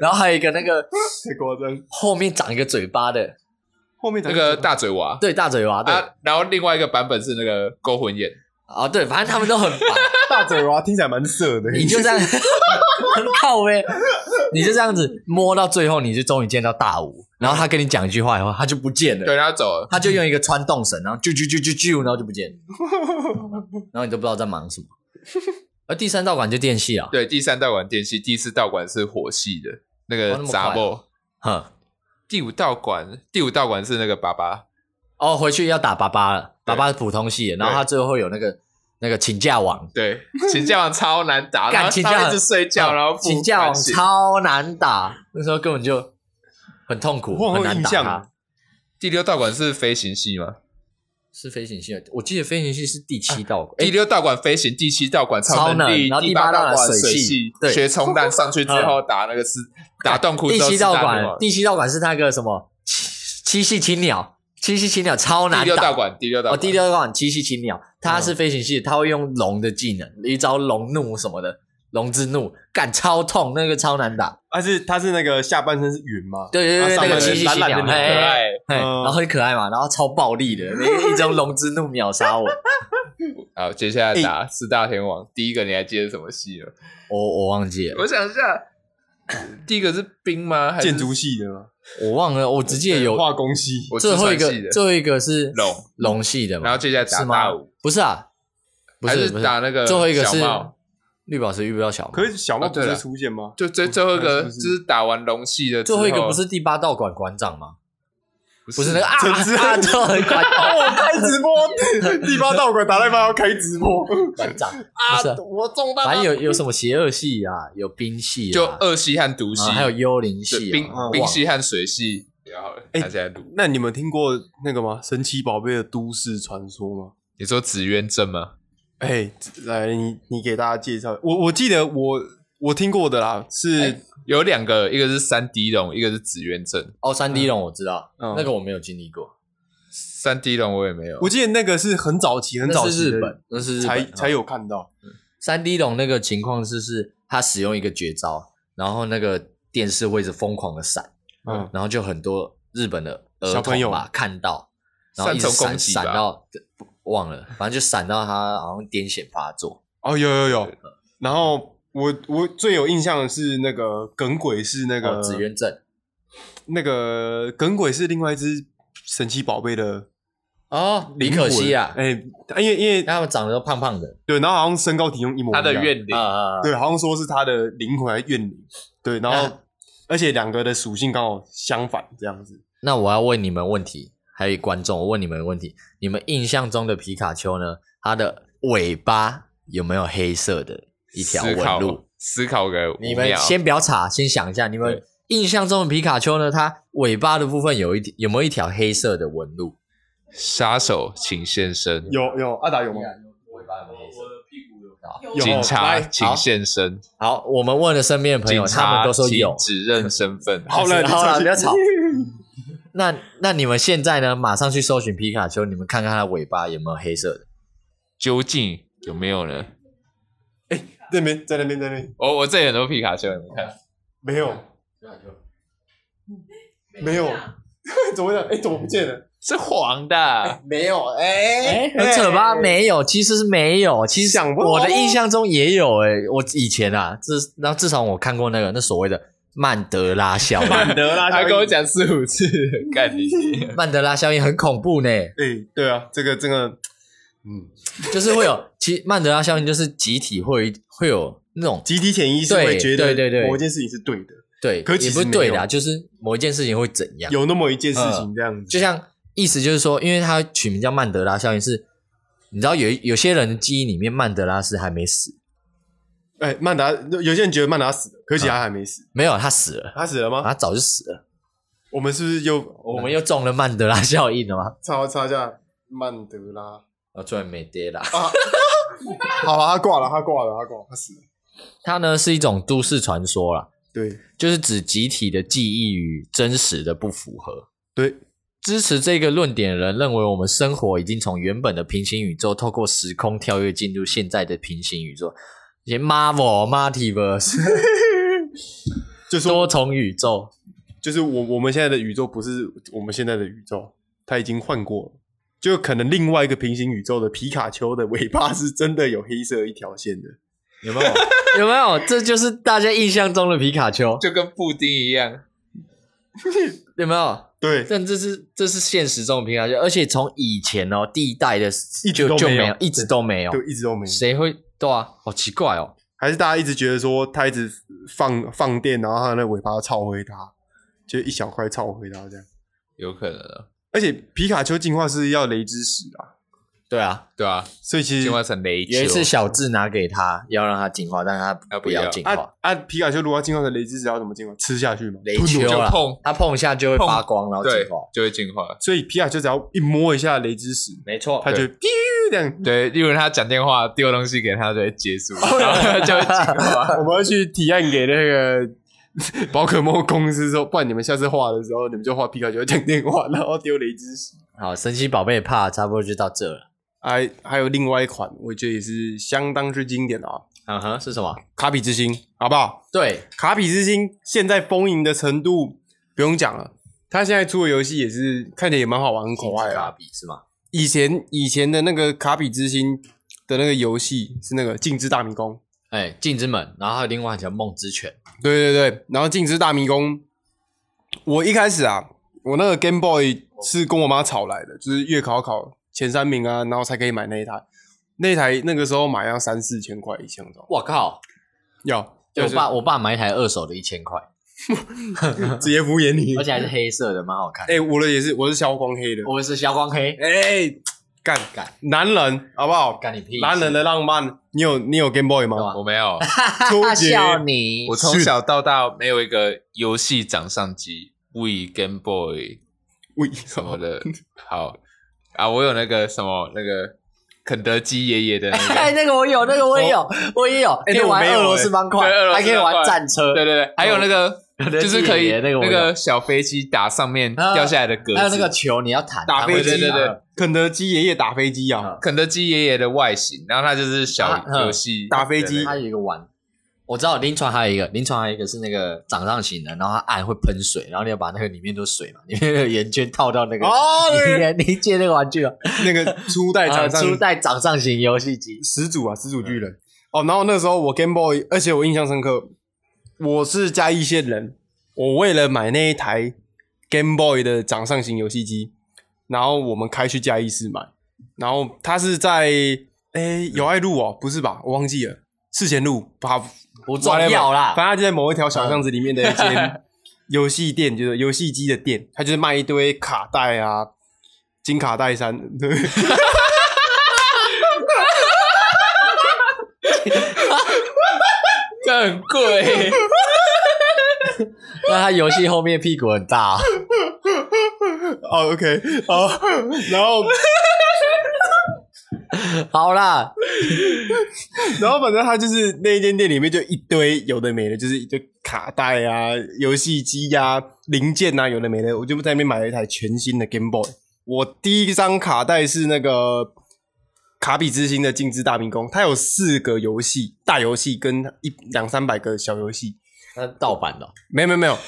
A: 然后还有一个那个
C: 太夸张。
A: 后面长一个嘴巴的，
C: 后面
B: 那个大嘴娃，
A: 对大嘴巴， [LAUGHS] 对
B: 啊，然后另外一个版本是那个勾魂眼，
A: 啊对，反正他们都很烦。
C: 大嘴娃听起来蛮色的，
A: 你
C: [LAUGHS]
A: 就这样 [LAUGHS] 很靠呗，你就这样子摸到最后，你就终于见到大吴，然后他跟你讲一句话以后，他就不见了。
B: 对，他走了，
A: 他就用一个穿洞绳，然后啾啾啾啾啾，然后就不
B: [LAUGHS]
A: 见了，然后你都不知道在忙什么。而第三道馆就电器啊，
B: 对，第三道馆电系，第四道馆是火系的那
A: 哦
B: 个
A: 那么快
B: 杂
A: 啊
B: 爆、
A: 哼，
B: 第五道馆，第五道馆是那个爸爸，
A: 哦，回去要打爸爸了，爸
B: 对
A: 爸是普通系的，然后他最后会有那个那个请假网，
B: 对，请假王超难
A: [LAUGHS]
B: 打，
A: 干
B: 然后
A: 请
B: 他
A: 假
B: 一直睡觉，然后
A: 哦请假网
B: 超。
A: 超难打，那时候根本就很痛苦，
C: 我
A: 很
C: 有
A: 难
C: 印
A: 打
C: 象
A: 他。。
B: 第六道馆是飞行系吗？
A: 是飞行系的，我记得飞行系是第七道馆，
B: 啊第
A: 诶
B: 六道馆飞行，第七道馆
A: 超
B: 能
A: 能
B: 力，
A: 然后
B: 第
A: 第八
B: 道
A: 道馆
B: 水
A: 水系对嗯
B: 学冲浪上去之后打那个是打洞窟
A: 第
B: 之后
A: 七
B: 是
A: 道
B: 大
A: 馆
B: 魔王，
A: 第七道馆是那个什么七七系青鸟，七系青鸟超难
B: 第
A: 打。
B: 六道馆，第六道
A: 哦，
B: 馆，
A: 第六款七系青鸟，它是飞行系，它会用龙的技能，一招龙怒什么的，龙之怒，干超痛，那个超难打。
C: 他是他是那个下半身是云嘛？
A: 对对对，
C: 啊
A: 那个
C: 上
A: 七哎
C: 面
A: 系
C: 蓝
A: 青
C: 蓝
A: 鸟，嘿
C: 的那个
B: 可
A: 嘿
B: 爱
A: 嘿，然
C: 嗯
A: 后很可爱嘛，然后超暴力的，那一招龙之怒秒杀我，
B: 好，接下
A: 哎
B: 来打四大天王，第一个你还记得什么系吗？
A: 我我忘记了，
B: 我想一下，第一个是冰吗？还是
C: 建筑系的嘛，
A: 我忘了，我只记得有
C: 化工系，
B: 我
A: 最后一
B: 计算系
A: 个
B: 的
A: 最后一个是
B: 龙，
A: 龙系的嘛，
B: 然后接下来打
A: 是吗
B: 大五，？
A: 不是啊，不
B: 还
A: 是
B: 是
A: 不是，
B: 打那个
A: 最后一个是
B: 小帽
A: 绿宝石遇不到小猫，
C: 可是小猫
B: 哦
C: 不
B: 对
C: 是
B: 了
C: 出现 [LAUGHS] 吗？
B: 就最最后一个
C: 是
B: 就
C: 不是
B: 是打完龙系的之，
A: 最后一个不是第八道馆馆长吗？不是那个啊
C: 陈志
A: 啊，就很夸
C: 哦我开直 [LAUGHS] 播，第八道馆打赖妈要开直播
A: 馆长，不是
C: 啊
A: 啊！
C: 我中弹了，
A: [LAUGHS] 反
C: [LAUGHS]
A: 正有有什么邪恶系啊，有冰系啊，
B: 就恶系和毒系，
A: 啊还有幽灵
B: 对
A: 系啊，
B: 冰
A: 忘了
B: 冰系和水系比较好了。
C: 哎
B: 他现在录，
C: 那你们听过那个吗？神奇宝贝的都市传说吗？
B: 你说紫渊症吗？
C: 哎、来，你你给大家介绍。我我记得我我听过的啦，是、
A: 哎
B: 有两个，一个是三 D 龙，一个是紫渊症。
A: 哦，三 D 龙我知道，
C: 嗯
A: 那个我没有经历过，
B: 三 D 龙我也没有
C: 我，记得那个是很早期，很早
A: 那
C: 期
A: 是
C: 的
A: 日本，那是日
C: 才
A: 本嗯啊
C: 才有看到。
A: 三 D 龙那个情况是是他使用一个绝招，然后那个电视会一直疯狂的闪，
C: 嗯，
A: 然后就很多日本的儿童
C: 小朋友
A: 吧看到，然后一直
B: 三
A: 闪
B: 重攻击
A: 闪
B: 吧
A: 到不忘了，反正就闪到他好像癫痫发作。
C: 哦，有有有。然后我我最有印象的是那个耿鬼是那
A: 那
C: 个、
A: 哦紫渊症
C: 那个耿鬼是另外一只神奇宝贝的
A: 哦，李
C: 灵
A: 可
C: 魂
A: 惜啊，
C: 哎、因为因为
A: 他们长得都胖胖的
C: 对，然后好像身高体重一模一
B: 他
C: 样。
B: 的怨灵
A: 啊啊，啊
C: 对，好像说是他的灵魂还是怨灵。对，然后、
A: 啊
C: 而且两个的属性刚好相反，这样子。
A: 那我要问你们问题，还有观众，我问你们问题：你们印象中的皮卡丘呢？它的尾巴有没有黑色的一条
B: 思
A: 纹
B: 考
A: 路？
B: 思考个五
A: 你们
B: 秒
A: 先不要查，先想一下，你们印象中的皮卡丘呢？它尾巴的部分有一有没有一条黑色的纹路？
B: 杀手请现身，
C: 有有，阿达有吗？
A: 尾巴有没有黑色？
C: 有
B: 警察
C: 来
B: 请
A: 好
B: 现身，
A: 好，我们问了身边的朋友，
B: 警
A: 他们
B: 察
A: 都说
B: 请
A: 有。
B: 指认身份。
C: 好
A: [LAUGHS]
C: 了，
A: 好了
C: 你
A: 不要吵
C: 你
A: 那那你们现在呢？马上去搜寻皮卡丘，你们看看它的尾巴有没有黑色的？
B: 究竟有没有呢？哦
C: 那边 [LAUGHS] 在那边在那边
B: 我我这里很多皮卡丘，你们
A: [LAUGHS]
B: 看，
C: 没有，
A: 皮卡丘
C: 没有 [LAUGHS] 怎么会这样？哎，怎么不见了？
B: 是黄的，
C: 没有，哎
A: 哎，很扯吧？没有，其实是没有。其实
C: 想不到
A: 我的印象中也有哎、我以前啊，至然后至少我看过那个那所谓的曼德拉效应，
C: 德拉
A: 哎
B: 他跟我，讲四
A: [LAUGHS]
B: 五次，干你！
A: 曼德拉效应很恐怖呢，
C: 哎，对啊，这个这个，嗯，
A: 就是会有其曼德拉效应就是集体会会有那种
C: 集体潜意识会
A: 对
C: 觉
A: 对对
C: 得
A: 对
C: 某一件事情是对的，
A: 对，
C: 可其
A: 也
C: 实
A: 不是对
C: 没
A: 的、啊，
C: 有
A: 就是某一件事情会怎样，
C: 有那么一件事情这样子，
A: 就像意思就是说，因为它取名叫曼德拉效应是。你知道有有些人的记忆里面，曼德拉是还没死，
C: 哎，曼达，有些人觉得曼达死了，可惜
A: 啊
C: 他还没死，
A: 没有他死了，
C: 他死了吗？
A: 他早就死了。
C: 我们是不是又
A: 啊我
C: 我
A: 们又中了曼德拉效应了吗？
C: 查查一下曼德拉？
A: 啊，突然没跌啦。
C: 好了，他挂了，他挂了，他挂了，他死了。
A: 它呢是一种都市传说啦，
C: 对
A: 就是指集体的记忆与真实的不符合。
C: 对，
A: 支持这个论点的人认为，我们生活已经从原本的平行宇宙透过时空跳跃进入现在的平行宇宙，一些 Marvel、Multiverse
C: 就说
A: 多重宇宙。
C: 就是我我们现在的宇宙不是我们现在的宇宙，它已经换过了。就可能另外一个平行宇宙的皮卡丘的尾巴是真的有黑色一条线的， [LAUGHS] 有没有？
A: [LAUGHS] 有没有？这就是大家印象中的皮卡丘，
B: 就跟布丁一样，
A: 有没有？
C: 对，
A: 但这是这是现实中的皮卡丘，而且从以前哦，第一代的
C: 一直
A: 就
C: 都
A: 就
C: 没有
A: 没有，一直都没有，
C: 就一直都没有。
A: 谁会？对啊，好奇怪哦。
C: 还是大家一直觉得说它一直放放电，然后它的尾巴超回它，就一小块超回它这样。
B: 有可能啊，
C: 而且皮卡丘进化是要雷之石啊，
A: 对啊，
B: 对啊，
C: 所以其实
B: 进化成雷球。
A: 有一次小智拿给他，要让他进化，但是他
B: 他
A: 不
B: 不
A: 要
B: 要
A: 进化，
C: 啊啊，皮卡丘如果要进化成雷之石要怎么进化？吃下去吗？
A: 雷
C: 吞
A: 丘
C: 了
B: 就
A: 啦
B: 碰
A: 他碰一下就会发光，然后
B: 对
A: 进化。，
B: 就会进化。
C: 所以皮卡丘只要一摸一下雷之石，
A: 没错，
C: 它就
A: 对
C: 咻这样
B: 对，例如他讲电话丢东西给他，就会结束，
A: 哦
B: 然后他就会进化。
C: [LAUGHS] 我们要去提案给那个 [LAUGHS] 宝可梦公司说，不然你们下次画的时候，你们就画皮卡丘讲电话，然后丢雷之石。
A: [LAUGHS] 好，神奇宝贝怕差不多就到这了。
C: 还还有另外一款，我觉得也是相当之经典的啊，
A: 嗯哼，是什么？
C: 卡比之星，好不好？
A: 对，
C: 卡比之星现在丰盈的程度不用讲了，它现在出的游戏也是看起来也蛮好玩、很可爱
A: 卡
C: 啊。
A: 比是吗？
C: 以前以前的那个卡比之星的那个游戏是那个《镜之大迷宫》，
A: 哎，镜之门，然后还有另外一条梦之泉。
C: 对对对，然后《镜之大迷宫》，我一开始啊，我那个 Game Boy 是跟我妈吵来的，就是月考考前三名啊，然后才可以买那一台。那一台那个时候买要三四千块一箱装，
A: 我靠，
C: 要
A: 我
C: 就是
A: 爸我爸买一台二手的，一千块，
C: 直接敷衍你
A: [LAUGHS] 而。且还是黑色的，蛮好看。
B: [LAUGHS]
C: 哎、我的也是，我是消光黑的。
A: 我是小光黑，
C: 哎、干
A: 干
C: 男人好不好？
A: 干你屁事！
C: 男
A: [LAUGHS]
C: 人的浪漫，你有你有 Game Boy
A: 有啊
C: 吗？
B: 我
A: [LAUGHS]
B: 没有，
C: 初
A: 他
C: 级
A: 笑你，
B: 我从小到大没有一个游戏掌上机，We Game Boy
C: 为
B: 什
C: 什
B: 么？
A: [LAUGHS]
B: 的。好啊，我有那个什么那个肯德基爷爷的那
A: [LAUGHS] [LAUGHS] 哎，
B: 个，
A: 那个我有，那个我也有，我也有，可
C: 哎
A: 以
C: 那我
A: 玩
C: 没有
A: 俄罗斯方块
B: 对俄，罗斯
A: 还可以玩
B: 方块
A: 战车，
B: 对对对，还有那个
A: 哦德基
B: 就是可以
A: 爷爷那个我
B: 那
A: 有
B: 个小飞机打上面
A: 啊
B: 掉下来的格子，
A: 还有那个球你要弹，
C: 打
A: 弹
C: 飞
A: 回
C: 机啊
A: 去
B: 对对对
C: 肯德基爷爷打飞机啊
A: 嗯，
B: 肯德基爷爷的外形，然后它就是小
A: 啊嗯
B: 游戏
C: 打飞机
B: 的那
A: 它
B: 个
A: 有一个碗，我知道临床还有一个，临床还有一个是那个掌上型的，然后它按会喷水，然后你要把那个里面都水嘛，里面的圆圈套到那个。
C: 哦，那
A: 你
C: 个
A: 你你借那个玩具啊？
C: 那个初代
A: 啊
C: 掌上
A: 初代掌上型游戏机，
C: 始祖啊，始祖巨
A: 嗯
C: 人。哦，然后那时候我 Game Boy，而且我印象深刻，我是嘉义县人，我为了买那一台 Game Boy 的掌上型游戏机，然后我们开去嘉义市买，然后它是在诶友爱路哦，不是吧？我忘记了，世前路，把
A: 不重要
C: 反
A: 啦。
C: 正它就在某一条小巷子里面的
A: [LAUGHS]
C: 一间游戏店，就是游戏机的店，它就是卖一堆卡带啊，金卡带山，对，
B: [LAUGHS] 这很 [LAUGHS] 贵，
A: 那它游戏后面屁股很大
C: [LAUGHS]
A: 哦，
C: [LAUGHS] 哦，OK，哦，然后
A: 好啦，
C: 然后反正他就是那一间店里面就一堆有的没的，就是一堆卡带啊、游戏机呀、零件啊，有的没的。我就在那边买了一台全新的 Game Boy。我第一张卡带是那个卡比之星的《镜之大迷宫》，它有四个游戏，大游戏跟一两三百个小游戏。
A: 那盗版的哦
C: 没有没有没有，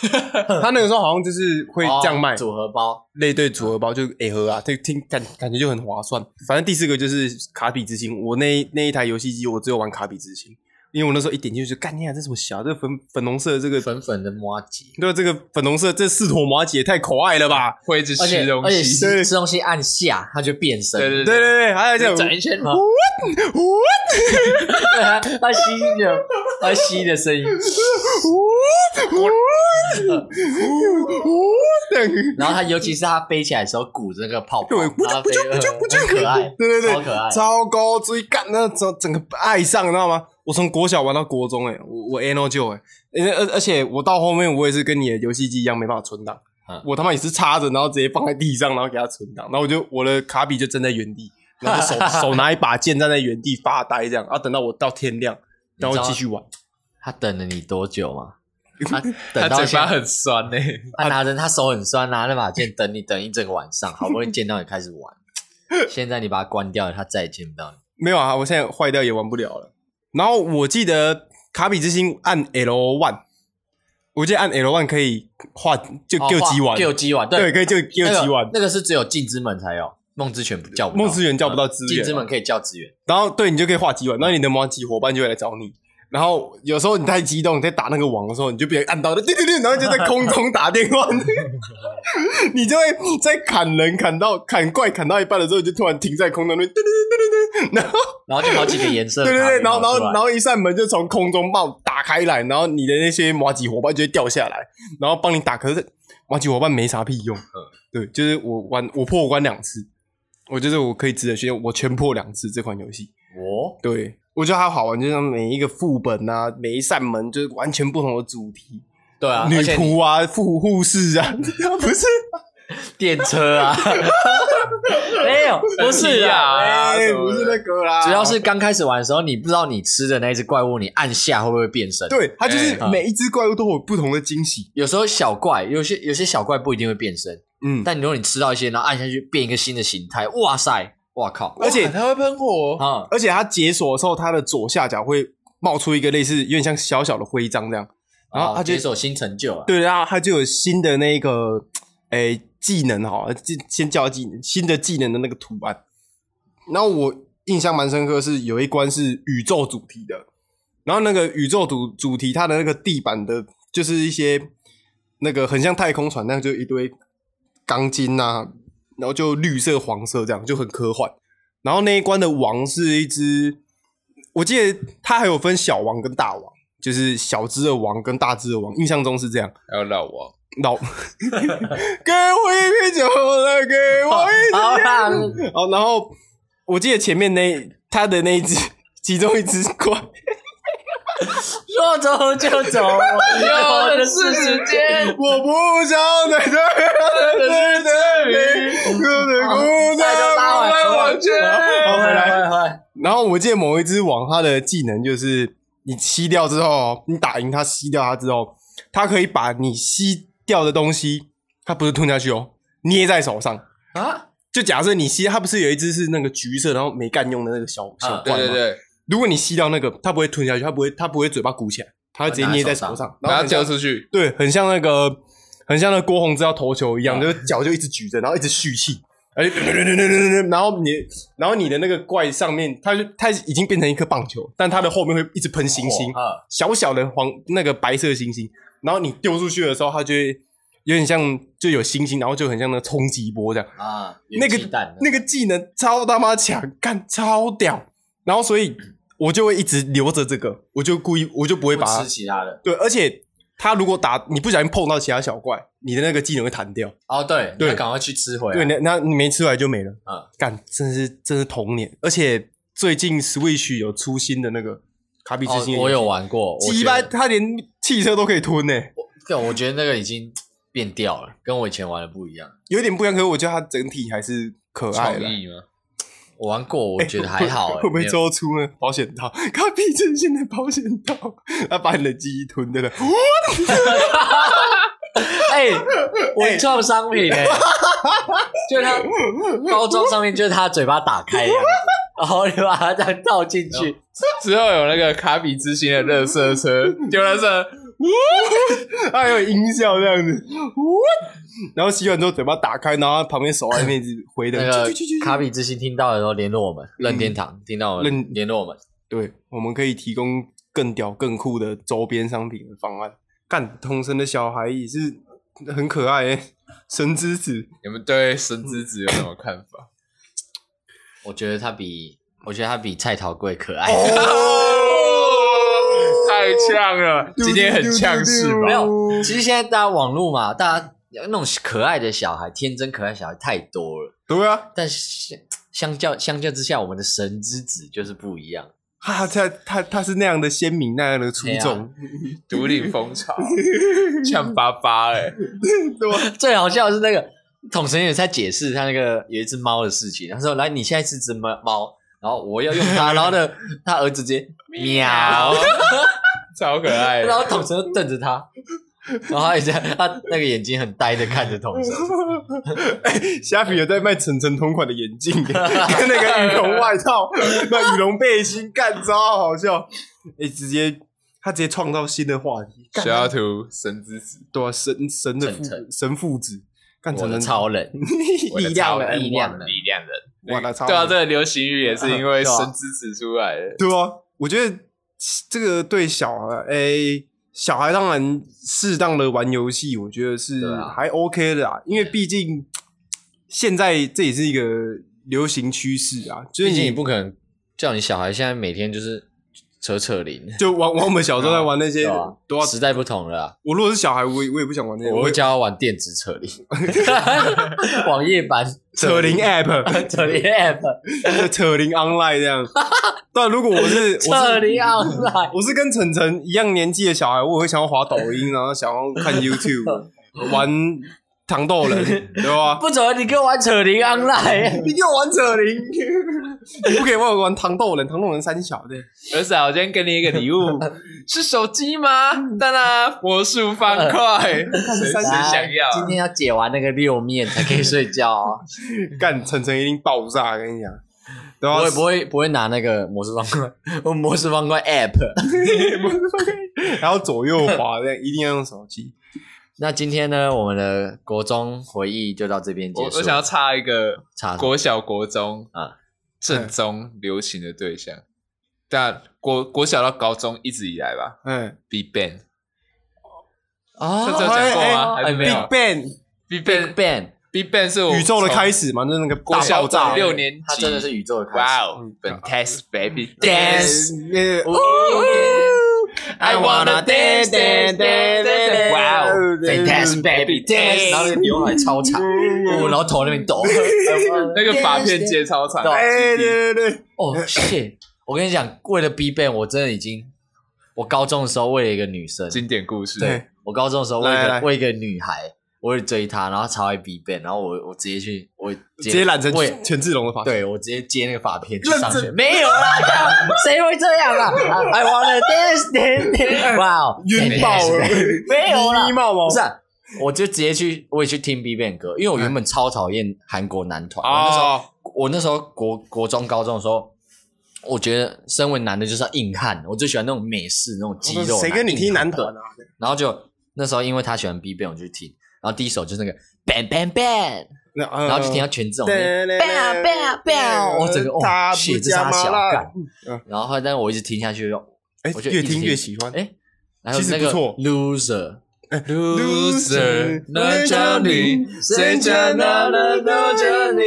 C: 他那个时候好像就是会这样卖
A: 哦，组合包，
C: 类对组合包就 A 盒啊，这个听感感觉就很划算。反正第四个就是卡比之星，我那那一台游戏机我只有玩卡比之星，因为我那时候一点进去就干呀，这什么小、啊，这粉粉红色的这个，
A: 粉粉的摩吉，
C: 对啊这个粉红色这四坨麻姐太可爱了吧？
B: 会一直
A: 而且
B: 吃东
A: 而且
B: 西，
A: 吃吃东西按下它就变身，
B: 对对
C: 对对对，还有这
A: 就
C: 样
A: 转一圈嘛，
C: 呜
A: 它它吸的它吸的声音，
C: 呜这样，
A: 然后它尤其是它飞起来的时候鼓着那个泡泡，
C: 对，不
A: 然
C: 就
A: 后
C: 不
A: 飞呃
C: 就不就不就
A: 很可爱，
C: 对对对，
A: 超可爱
C: 超高追干，那整整个爱上，你知道吗？我从国小玩到国中、欸，我我 a no 就哎、欸，而而且我到后面我也是跟你的游戏机一样没办法存档，
A: 嗯
C: 我他妈也是插着，然后直接放在地上，然后给它存档，然后我就我的卡比就站在
A: [LAUGHS]
C: 原地，然后就手手拿一把剑站在原地发呆这样，啊，等到我到天亮，然后
A: 你知道
C: 继续玩。
A: 他等了你多久吗？他
B: 它
A: 等到
B: 嘴
A: 现
B: 巴
A: 在，
B: 很酸呢。欸
A: 他
C: 啊
A: 啊拿着他手很酸，拿着把剑等你等一整个晚上，好不容易见到你开始
C: [LAUGHS]
A: 玩。现在你把它关掉了，他再也见不到你。
C: 没有啊，我现在坏掉也玩不了了。然后我记得卡比之星按 L one，我记得按 L one 可以换就
A: 哦
C: 救鸡玩，
A: 救鸡丸，
C: 对，可以就救鸡玩。
A: 那个。那个是只有禁之门才有，梦之泉叫不到，
C: 梦之源叫不到资
A: 禁之
C: 源嘛，
A: 门可以叫资源。
C: 然后对你就可以画鸡碗，然后你的摩吉伙伴就会来找你。然后有时候你太激动，你在打那个网的时候，你就被人按到了，对对对，然后就在空中打电话， [LAUGHS] 你就会在砍人砍到砍怪砍到一半的时候，你就突然停在空中，对对对对对对，然后
A: 然后就好几个颜色的
C: 对
A: 卡
C: 对
A: 片跑出来，
C: 对，然后然后然后一扇门就从空中冒打开来，然后你的那些摩吉伙伴就会掉下来，然后帮你打。可是摩吉伙伴没啥屁用，
A: 嗯
C: 对，就是我玩我破关两次，我就是我可以值得炫耀，我全破两次这款游戏。
A: 哦，
C: 对我觉得它好玩，就像每一个副本啊，每一扇门就是完全不同的主题，
A: 对啊，
C: 女
A: 而且你
C: 仆啊，护护士啊， [LAUGHS] 不是
A: 电车
C: [LAUGHS]
A: 啊，没有，不是啊。
B: 啊
C: 哎
B: 什么
C: 不
B: 的
C: 是那个啦，
A: 主要是刚开始玩的时候，你不知道你吃的那只怪物，你按下会不会变身？
C: 对它就是
A: 哎
C: 每一只怪物都有不同的惊喜，
A: 有时候小怪，有些有些小怪不一定会变身，
C: 嗯，
A: 但如果你吃到一些，然后按下去变一个新的形态，哇塞，哇靠，
C: 而且
B: 哇它会喷火，
A: 啊，
C: 而且它解锁的时候，它的左下角会冒出一个类似有点像小小的徽章这样，然后
A: 好
C: 它就
A: 解锁新成
C: [LAUGHS]
A: 就啊，
C: 对，然后它就有新的那个诶、技能哈，技先叫技能，新的技能的那个图案。然后我印象蛮深刻的是有一关是宇宙主题的，然后那个宇宙主主题它的那个地板的，就是一些那个很像太空船那样，就一堆钢筋呐、然后就绿色、黄色这样，就很科幻。然后那一关的王是一只，我记得它还有分小王跟大王，就是小只的王跟大只的王，印象中是这样。
B: 还有老王，
C: 老，给我一杯酒了，给我一
A: 好啦，
C: 杯。好，然后我记得前面那他的那一只，其中一只怪，
A: 说走就走，我的是时间。
C: 我不想再这样的日子里，哭的哭的不来往去。好，哦回来。
A: 来，
C: 然后我记得某一只王，它的技能就是你吸掉之后，你打赢它，吸掉它之后，它可以把你吸掉的东西，它不是吞下去哦，捏在手上。
A: 啊，
C: 就假设你吸，它不是有一只是那个橘色，然后没干用的那个小小
A: 啊
C: 罐
B: 对
C: 吗？
B: 对对，
C: 如果你吸掉那个，它不会吞下去，它不会，它不会嘴巴鼓起来，它会直接捏在手上，
B: 然后
C: 很像
B: 交出去，
C: 对，很像那个，很像那个郭宏志要投球一样，
A: 啊
C: 就是脚就一直举着，然后一直蓄气，而且然后你，然后你的那个怪上面，它就它已经变成一颗棒球，但它的后面会一直喷星星，
A: 啊，
C: 小小的黄那个白色星星，然后你丢出去的时候，它就会有点像就有星星，然后就很像那个冲击波这样。
A: 啊，
C: 那个
A: 有鸡蛋的
C: 那个技能超他妈强，干超屌，然后所以我就会一直留着这个，我就故意我就不会把它
A: 不吃其他的。
C: 对，而且他如果打你不小心碰到其他小怪，你的那个技能会弹掉。
A: 哦，对，你
C: 对
A: 要赶快去吃回来。
C: 对，那那你没吃完就没了。
A: 啊嗯
C: 干，真是真是童年。而且最近 Switch 有出新的那个卡比之
A: 哦
C: 心、，
A: 我有，玩过，我
C: 鸡
A: 觉
C: 巴
A: 得
C: 他连汽车都可以吞呢、
A: 对，我觉得那个已经变掉了，跟我以前玩的不一样。
C: 有点不一样。可是我觉得它整体还是可爱
B: 创
C: 的。
B: 意吗？
A: 我玩过，我觉得还好、欸
C: 哎 [LAUGHS] 会不会
A: 没有
C: 之后出呢？保险套， [LAUGHS] 卡比之心的保险套，他把你的记忆吞掉了。 [LAUGHS]
A: [LAUGHS] 哎、文创商品 [LAUGHS] 哎、就是他包装上面就是他嘴巴打开 [LAUGHS] 的样子，然后你把它这样倒进去，
B: 之后有那个卡比之心的乐色车，丢了这
C: 还有哎音效这样子，然后洗完之后嘴巴打开，然后旁边手外面一直回的
A: [LAUGHS] 那个卡比之心听到的时候联络我们任天堂，听到我们
C: 任
A: 联络我们，
C: 对，我们可以提供更屌、更酷的周边商品的方案。干童神的小孩也是很可爱、欸，神之子。
B: 你们对神之子有什么看法？
A: 我觉得他比我觉得他比蔡桃贵可爱。
B: [LAUGHS]
C: [LAUGHS]
B: 太呛了，今天很呛是
A: 没
B: 吧？
A: 有，其实现在大家网络嘛，大家那种可爱的小孩、天真可爱的小孩太多了，
C: 对啊，
A: 但是相相较相较之下，我们的神之子就是不一样。
C: 他他他他是那样的鲜明，那样的出
A: 啊
C: 众，
B: 独领风潮， [LAUGHS] 呛巴巴哎，
C: 对吧？
A: 最好笑的是那个统神也在解释他那个有一只猫的事情，他说：“来，你现在是只猫猫，然后我要用它。”然后呢，他儿子直接喵，，
B: [LAUGHS] 超可爱
A: 然
B: 的。
A: 后统神就瞪着他，然后他也在他那个眼睛很呆的看着统神，
C: 虾皮有在卖晨晨同款的眼镜， [LAUGHS] 跟那个羽绒外套、 [LAUGHS] 那羽绒背心，干超好笑。哎、直接他直接创造新的话题，干
B: 小要图神之子，
C: 对啊，神神的父
A: 晨晨
C: 神父子，干
A: 我
C: 晨
A: 的
C: 晨
A: 超人，
B: 我
C: [LAUGHS]
B: 的
C: 力量
B: 超人
A: 力量人
B: 力量人。
C: 哇，那超
B: 对啊，这个流行语也 [LAUGHS] 是因为
A: 嗯对啊
B: 神之子出来的。
C: 对啊，我觉得这个对小孩，诶、小孩当然适当的玩游戏，我觉得是
A: 对啊
C: 还 OK 的啊，因为毕竟现在这也是一个流行趋势啊，就是
A: 毕竟
C: 你
A: 你不可能叫你小孩现在每天就是扯扯铃，
C: 就玩玩我们小时候在玩那些
A: 对，吧？
C: 对啊，
A: 时代不同了啊。
C: 我如果是小孩，我也我也不想玩那些，
A: 我会
C: 会
A: 教他玩电子扯铃， [LAUGHS] 网页版
C: 扯铃 App、
A: 扯铃 app，
C: [LAUGHS] 扯铃 Online 这样。但如果我是我
A: 扯
C: 是
A: 铃 online。
C: 我是跟晨晨一样年纪的小孩，我也会想要滑抖音，然后想要看 YouTube 玩糖豆人，对吧？
A: 不走，你给我玩扯铃 online。
C: 你给我玩扯铃，你不可以玩玩糖豆人，糖豆人三小的。
B: 儿子啊，我今天给你一个礼物，是手机吗？当然啊，魔术方块，谁谁想要？
A: 今天要解完那个六面才可以睡觉
B: [LAUGHS]
A: 哦。
C: 干晨晨一定爆炸，跟你讲。对啊
A: 我也不会不会拿那个魔术方块，我魔术方块 app。 [LAUGHS]
C: 然后左右滑，这样一定要用手机。
A: 那今天呢，我们的国中回忆就到这边结
B: 我
A: 束。
B: 我想要插一个
A: 插
B: 国小、国中
A: 啊
B: 正宗流行的对象，但国国小到高中一直以来吧
C: 嗯
B: ，Big Bang。
A: 啊
B: 上次有讲过吗？
C: 哎
B: 还是没
A: 没
B: 有
A: 有
C: ，Big Bang
B: ？Big
A: Big
B: Bang，Big
A: Bang，
B: Bang 是我
C: 宇宙的开
B: 始，
C: 始嘛，就是那个
B: 国
C: 大
B: 小
C: 爆炸
B: 到六年级，
A: 它真的是宇宙的开始。
B: 哇哦
C: 嗯
B: ，Fantastic Baby
A: Dance
B: Dance，
C: 那个
A: 哦 I wanna dance, dance, dance, dance. Wow, fantastic baby dance。然后那 [LAUGHS] 个刘海超
B: [LAUGHS]
A: 长，哦，然后头那边抖。
B: 那个发片接超长，
A: 对
C: 对对对，
A: 哦，谢。我跟你讲，为了 B Ban，我真的已经，我高中的时候为了一个女生，
B: 经典故事。
C: 对，
A: 我高中的时候为
C: 来
A: 一
C: 来
A: 个为一个女孩，我也追她，然后超爱 B Ban，然后我我直接去，我
C: 直接染成
A: 我也
C: 权志龙的发型。
A: 对我直接接那个发片去
C: 认
A: 上
C: 真
A: 学，没有啦，靠谁会这样啊？I wanna dance dance dance，哇，
C: 哎晕爆了
A: 没有啦
C: 咪咪，帽毛
A: 不是、啊，我就直接去，我也去听 B Ban 歌，因为我原本超讨厌韩国男团，我那时候
B: 哦，
A: 我那时候国国中高中的时候。我觉得身为男的就是要硬汉，我最喜欢那种美式那种肌肉男。
C: 哦谁跟你听男
A: 硬汉
C: 团
A: 的？
C: 啊？
A: 然后就那时候因为他喜欢 B Ban，我就去听，然后第一首就是那个 Bang Bang Bang，
C: 然
A: 然
C: 嗯
A: 后就听到权志龙那个
C: ，bang bang bang，
A: 我整个哦
C: 他不
A: shit，这
C: 加
A: 他
C: 麻
A: 小
C: 辣
A: 干
C: 嗯，
A: 然后后来但是我一直听下去就，
C: 哎
A: 我就，
C: 越
A: 一直
C: 听越喜欢。
A: 哎，然后
C: 其实
A: 那个
C: 不错
A: loser，
B: Loser，那叫你，谁叫那那那叫你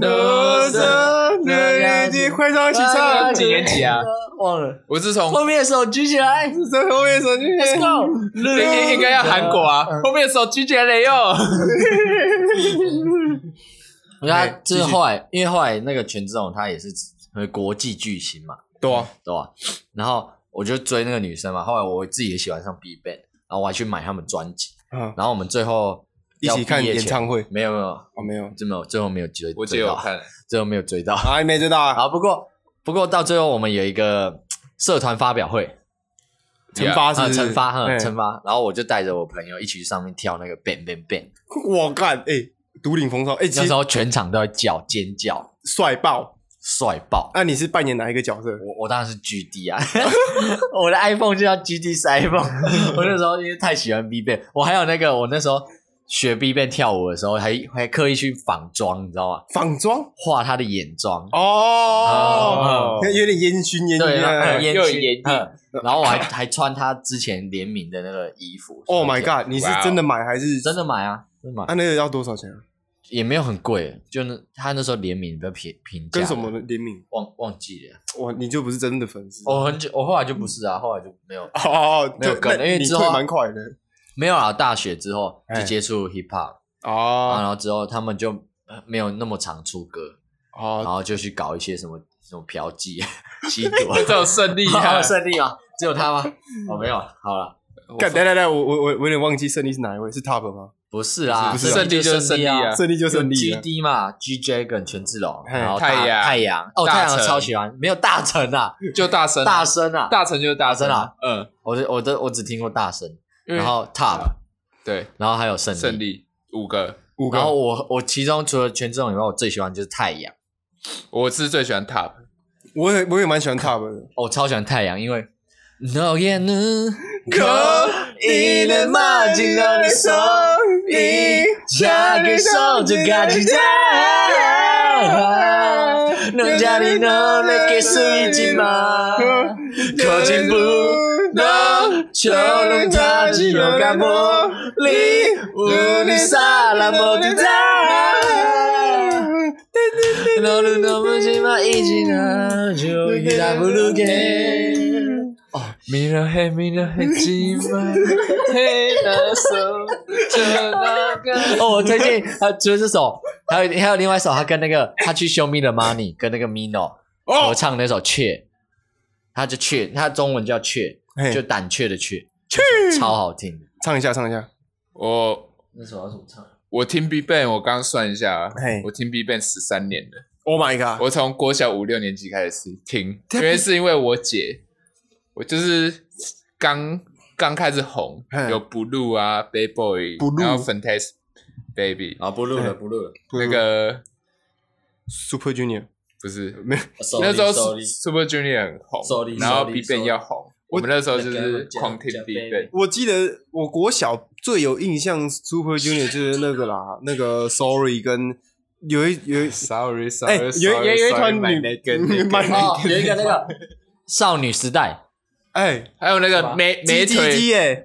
B: ，Loser。
C: 那你快上一起唱，
B: 几年
A: [LAUGHS]
B: 级啊？
A: [LAUGHS] 忘了，
B: 我是从
A: 后面的手举起来
C: 在后面手机。
A: ，Let's go，
B: 应应该要韩国啊，
A: 嗯
B: 后面手拒绝雷哦。
A: [LAUGHS] 我觉得他
C: 哎
A: 就是
C: 继续
A: 后来，因为后来那个权志龙他也是成为国际巨星嘛，
C: 对啊，
A: 对吧？然后我就追那个女生嘛，后来我自己也喜欢上 B Ban，然后我还去买他们专辑，
C: 嗯，
A: 然后我们最后
C: 一
A: 要
C: 起看
A: 毕业
C: 演
A: 前
C: 唱会
A: 没有没有，
C: 哦，没有，
A: 就没有最后没有追，
B: 我记
A: 追
B: 得
A: 到
B: 有看，
A: 最后没有追到。
C: 啊，没追到啊，
A: 好，不过不过到最后我们有一个社团发表会，
C: 惩罚是
A: 啊，
C: 不是
A: 惩罚，哈，
C: 哎
A: 惩罚。然后我就带着我朋友一起去上面跳那个 bang bang bang，
C: 我干，哎，独领风骚，哎，其
A: 那
C: 实
A: 时候全场都在叫尖叫，
C: 帅爆。
A: 帅爆！
C: 那你是扮演哪一个角色？
A: 我我当然是 GD 啊， [LAUGHS] 我的 iPhone 就叫 GD 是 iPhone。我 [LAUGHS] 那时候因为太喜欢 B b a n 我还有那个我那时候学 B b a n 跳舞的时候，还还刻意去仿妆，你知道吗？
C: 仿妆
A: 画他的眼妆，
C: 哦，
B: 嗯
C: 有点烟熏烟
A: 啊对，
C: 熏
A: 然后
C: 啊。
A: 烟
B: 又有
A: 熏
B: 眼影
A: 嗯然后我还还穿他之前联名的那个衣服。
C: Oh my
A: 所以
C: god！你是真的买还是
A: 哦真的买啊，真的买
C: 啊，，那个要多少钱啊？也
A: 也没有很贵，就那他那时候联名比较平平价。
C: 跟什么联名？
A: 忘忘记了？
C: 哇，你就不是真的粉丝
A: 我很久，我后来就不是啊，后来就没有
C: 哦，
A: 哦没有
C: 对
A: 跟
C: 那
A: 因为
C: 你
A: 之后
C: 退蛮快的
A: 没有啊。大学之后
C: 哎
A: 就接触 hip hop，啊然
C: 哦
A: 后之后他们就呃没有那么常出歌，然
C: 哦，
A: 后就去搞一些什么什么嫖妓、吸毒。
B: [LAUGHS] 这种
A: [LAUGHS]
B: 胜利
A: 好
B: 啊
A: 有！胜利啊！只有他吗？哦，没有，好了，
C: 干，来来来，我我我我有点忘记胜利是哪一位，是 Top 吗？
A: 不是啊，
C: 不是不是
A: 胜利
B: 胜利
A: 利
B: 就是胜利啊
C: 胜利就
A: 有
C: 胜利了
A: GD 嘛，G Dragon 权志龙，
C: 嘿
A: 然后大
B: 太阳
A: 太阳，哦，
B: 大
A: 太阳
B: 成
A: 超喜欢，没有大成啊，
B: 就大声啊，
A: 大声啊，
B: 大成就是大声
A: 大声啊，
B: 嗯，
A: 我的我的我只听过大声，
B: 因为
A: 然后 Top，
B: 对
A: 然后还有胜利，
B: 胜利五个，
C: 五个
A: 然后我我其中除了权志龙以外，我最喜欢就是太阳，
B: 我是最喜欢 Top，
C: 我也我也蛮喜欢 Top 的。
A: 哦我超喜欢太阳，因为。No y e no，
C: 可
A: 以的马进到你手里，下个手就感情在，能家里能来给手一起吗？靠近不能，就能踏进勇敢魔力，无力萨拉莫迪在。너는너무지만이제나
C: [LAUGHS] 어,
A: 저기다부르게
B: 밀어해 밀어해지만 해나서 전화
A: [LAUGHS]
B: 가
A: 哦，我推荐他除了这首，还有还有另外一首，他跟那个他去 Show Me the Money 跟那个 Mino 合
C: 哦，
A: 唱那首雀，他就雀，他中文叫雀，
C: 嘿
A: 就胆怯的雀，超好听的。
C: 唱一下，唱一下。
B: 我
A: 那首要怎么唱？
B: 我听 B Ban，我刚算一下啊
C: 嘿，
B: 我听 B Ban 十三年了，
C: Oh my
B: [LAUGHS]
C: god！
B: 我从国小五六年级开始听，因为是因为我姐，我就是刚刚开始红，
C: 嘿
B: 有 Blue 啊，Bad Boy，
C: Blue
B: 然后 Fantastic Baby，
A: 啊，不录
C: 了
A: 不录了。
B: 那个
C: Super Junior
B: 不是
C: 没有
B: 那时候 Super Junior 很红，
A: Sorry，
B: 然后
A: sorry，
B: B Ban
A: sorry
B: 要红，我们那时候就是狂听 B Ban。
C: 我记得我国小最有印象 Super Junior 就是那个啦，那个 Sorry 跟有一有一
B: Sorry,
C: 哎
B: sorry,
C: 有有有一团女
B: 那个
A: [LAUGHS]
B: 那
C: 买
B: 个，
A: 哦，有一个那个少女时代，
C: 哎
B: 还有那
A: 什
B: 个
A: 么
B: 美美
C: 鸡
B: 腿
C: 鸡哎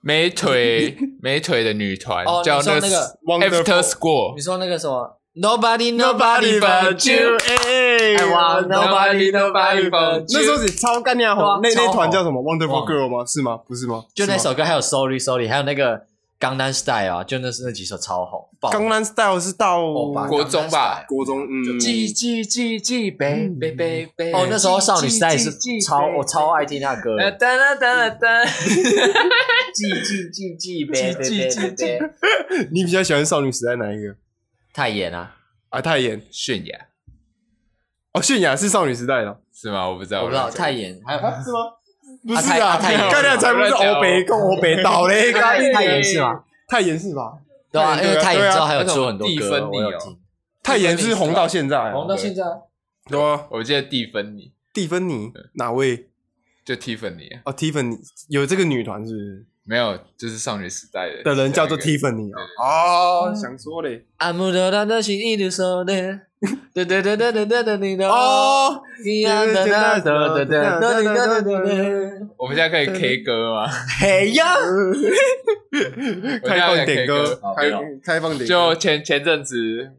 B: 美腿美腿的女团
A: 哦
B: 叫
A: 你说
B: 个
C: [LAUGHS]
A: 那个
B: After
A: 哦
C: Wonderful
B: School，
A: 你说那个什么 Nobody, nobody but you。
C: 哎哇
B: Nobody, nobody but you
C: 那时候是超干练
A: 对啊
C: 红，那
A: 超
C: 那
A: 红
C: 团叫什么 Wonderful
A: 忘
C: Girl 吗？是吗？不是吗？
A: 就那
C: 是吗
A: 首歌，还有 Sorry Sorry，还有那个《江南 Style》啊，就那是那几首超红。爆
C: 《江南 Style》是到
A: 欧巴
B: 国中吧
C: 国中，嗯，
B: 记记记记呗
C: 嗯
B: 呗呗呗。
A: 哦，那时候少女时代也是
B: 记
A: 超我超。爱听那歌
B: 记记记记呃，
A: 的，
B: 哒啦哒啦哒。
A: 记记记记
B: 呗呗呗呗
C: [LAUGHS] 你比较喜欢少女时代哪一个？
A: 太严啊！
C: 啊，泰妍
B: 泫雅
C: 哦，泫雅是少女时代的，
B: 是吗？我不知道，
A: 我不知道太严，还有
C: 是吗？不
A: 啊
C: 是
A: 泰
C: 啊，
A: 啊泰妍
C: 干练才不是欧北跟欧北岛嘞，
A: 太
C: 干
A: 严太
C: 太
A: 严是吗？
C: 泰妍是吧？
A: 对啊，
C: 太
A: 因
C: 严
A: 为太
C: 对
A: 严
C: 啊
A: 之后还有
B: 那种
A: 出很多
B: 地
A: 歌，
B: 分
A: 我有
B: 力哦
A: 听，
C: 泰妍是红到现在啊，
A: 红到现在啊。
C: 对啊。
B: 我记得蒂芬妮
C: 蒂芬妮哪位？
B: 就蒂芬妮，
C: 哦，蒂芬妮有这个女团是不是？
B: 没有，就是少女时代的
C: 的人叫做
B: 那个
C: Tiffany 哦，
A: 嗯
C: 想说嘞，
A: 阿姆的那那是一路说的，哒哒哒哒哒哒哒你的哦，
C: 哦，
A: 一样的哒哒哒哒哒哒哒哒哒，
B: 我们现在可以 K 歌吗？
A: 嘿呀！
C: 开放点歌
B: 好，
C: 开
B: 不要
C: 开放点
B: 就
C: 歌，
B: 前前阵子，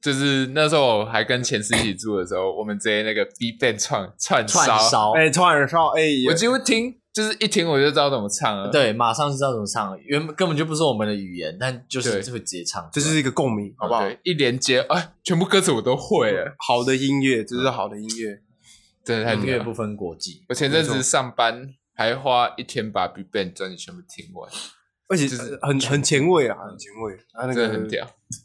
B: 就是那时候我还跟前司一起住的时候，我们直接那个 B b a n 串串
A: 串
B: 烧，
A: 烧，
C: 哎，串耳烧，哎，
B: 我几乎听就是一听我就知道怎么唱了。，
A: 对，马上就知道怎么唱，原本根本就不是我们的语言，但就是
B: 对
A: 就会直接唱，
C: 这就是一个共鸣，好不好？
B: 对？一连接，哎，全部歌词我都会了，
C: 好的音乐，这是好的音乐，
B: 真的太
A: 音
B: 厉
A: 乐
B: 害
A: 不
B: 了。
A: 分国际。
B: 我前阵子上班还花一天把 B b a n 专辑全部听完，
C: 而且
B: 就是
C: 很很前卫啊，很前卫，啊，那
B: 真的
C: 个
B: 很，屌。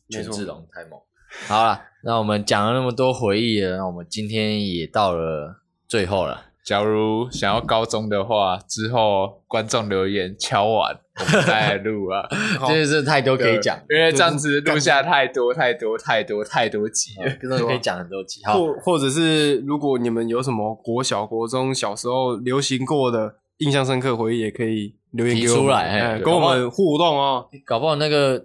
C: 没
A: 权
C: 错
A: 志龙太猛。好了，那我们讲了那么多回忆了，那我们今天也到了最后了。
B: 假如想要高中的话，之后观众留言敲完，我们再来录啊，
C: 好
A: 真的是太 [LAUGHS] 多可以讲，
B: 因为这样子录下太多太多太多太多集了。
A: 真的可以讲很多集。好，
C: 或或者是如果你们有什么国小、国中小时候流行过的印象深刻回忆，也可以留言
A: 提
C: 给我
A: 出
C: 们，
A: 来哎
C: 哎
A: 对
C: 跟我们互动哦。
A: 搞不好那个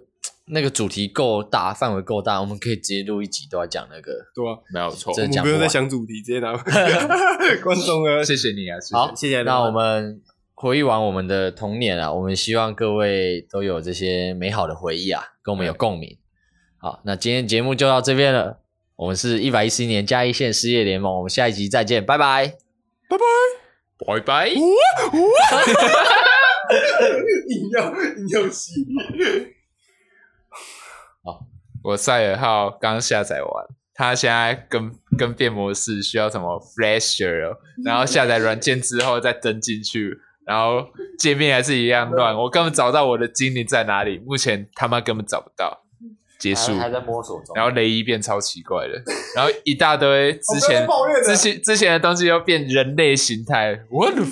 A: 那个主题够大，范围够大，我们可以直接录一集都在讲那个。
C: 对吧？
B: 没有错
A: 真的
C: 我们
A: 讲
C: 不
A: 不
C: 用再
A: 完。
C: 想主题，直
A: [LAUGHS]
C: 接拿观众啊，
B: 谢谢你啊，谢谢
A: 好，
C: 谢谢
A: 那我们回忆完我们的童年啊，我们希望各位都有这些美好的回忆啊，跟我们有共鸣。好，那今天节目就到这边了。我们是一百一十一年嘉义县失业联盟，我们下一集再见，拜拜。
B: 拜拜。
C: 硬要硬要洗。
B: 我赛尔号刚下载完，它现在更更变模式需要什么 Flasher，哦然后下载软件之后再登进去，然后界面还是一
A: [LAUGHS]
B: 样乱，我根本找不到我的精灵在哪里，目前他妈根本找不到。结束，
A: 在摸索中
B: 然后雷伊变超奇怪的，然后一大堆之
C: 我不要再
B: 前
C: 抱怨了
B: 之前之前的东西又变人类形态，What the fuck？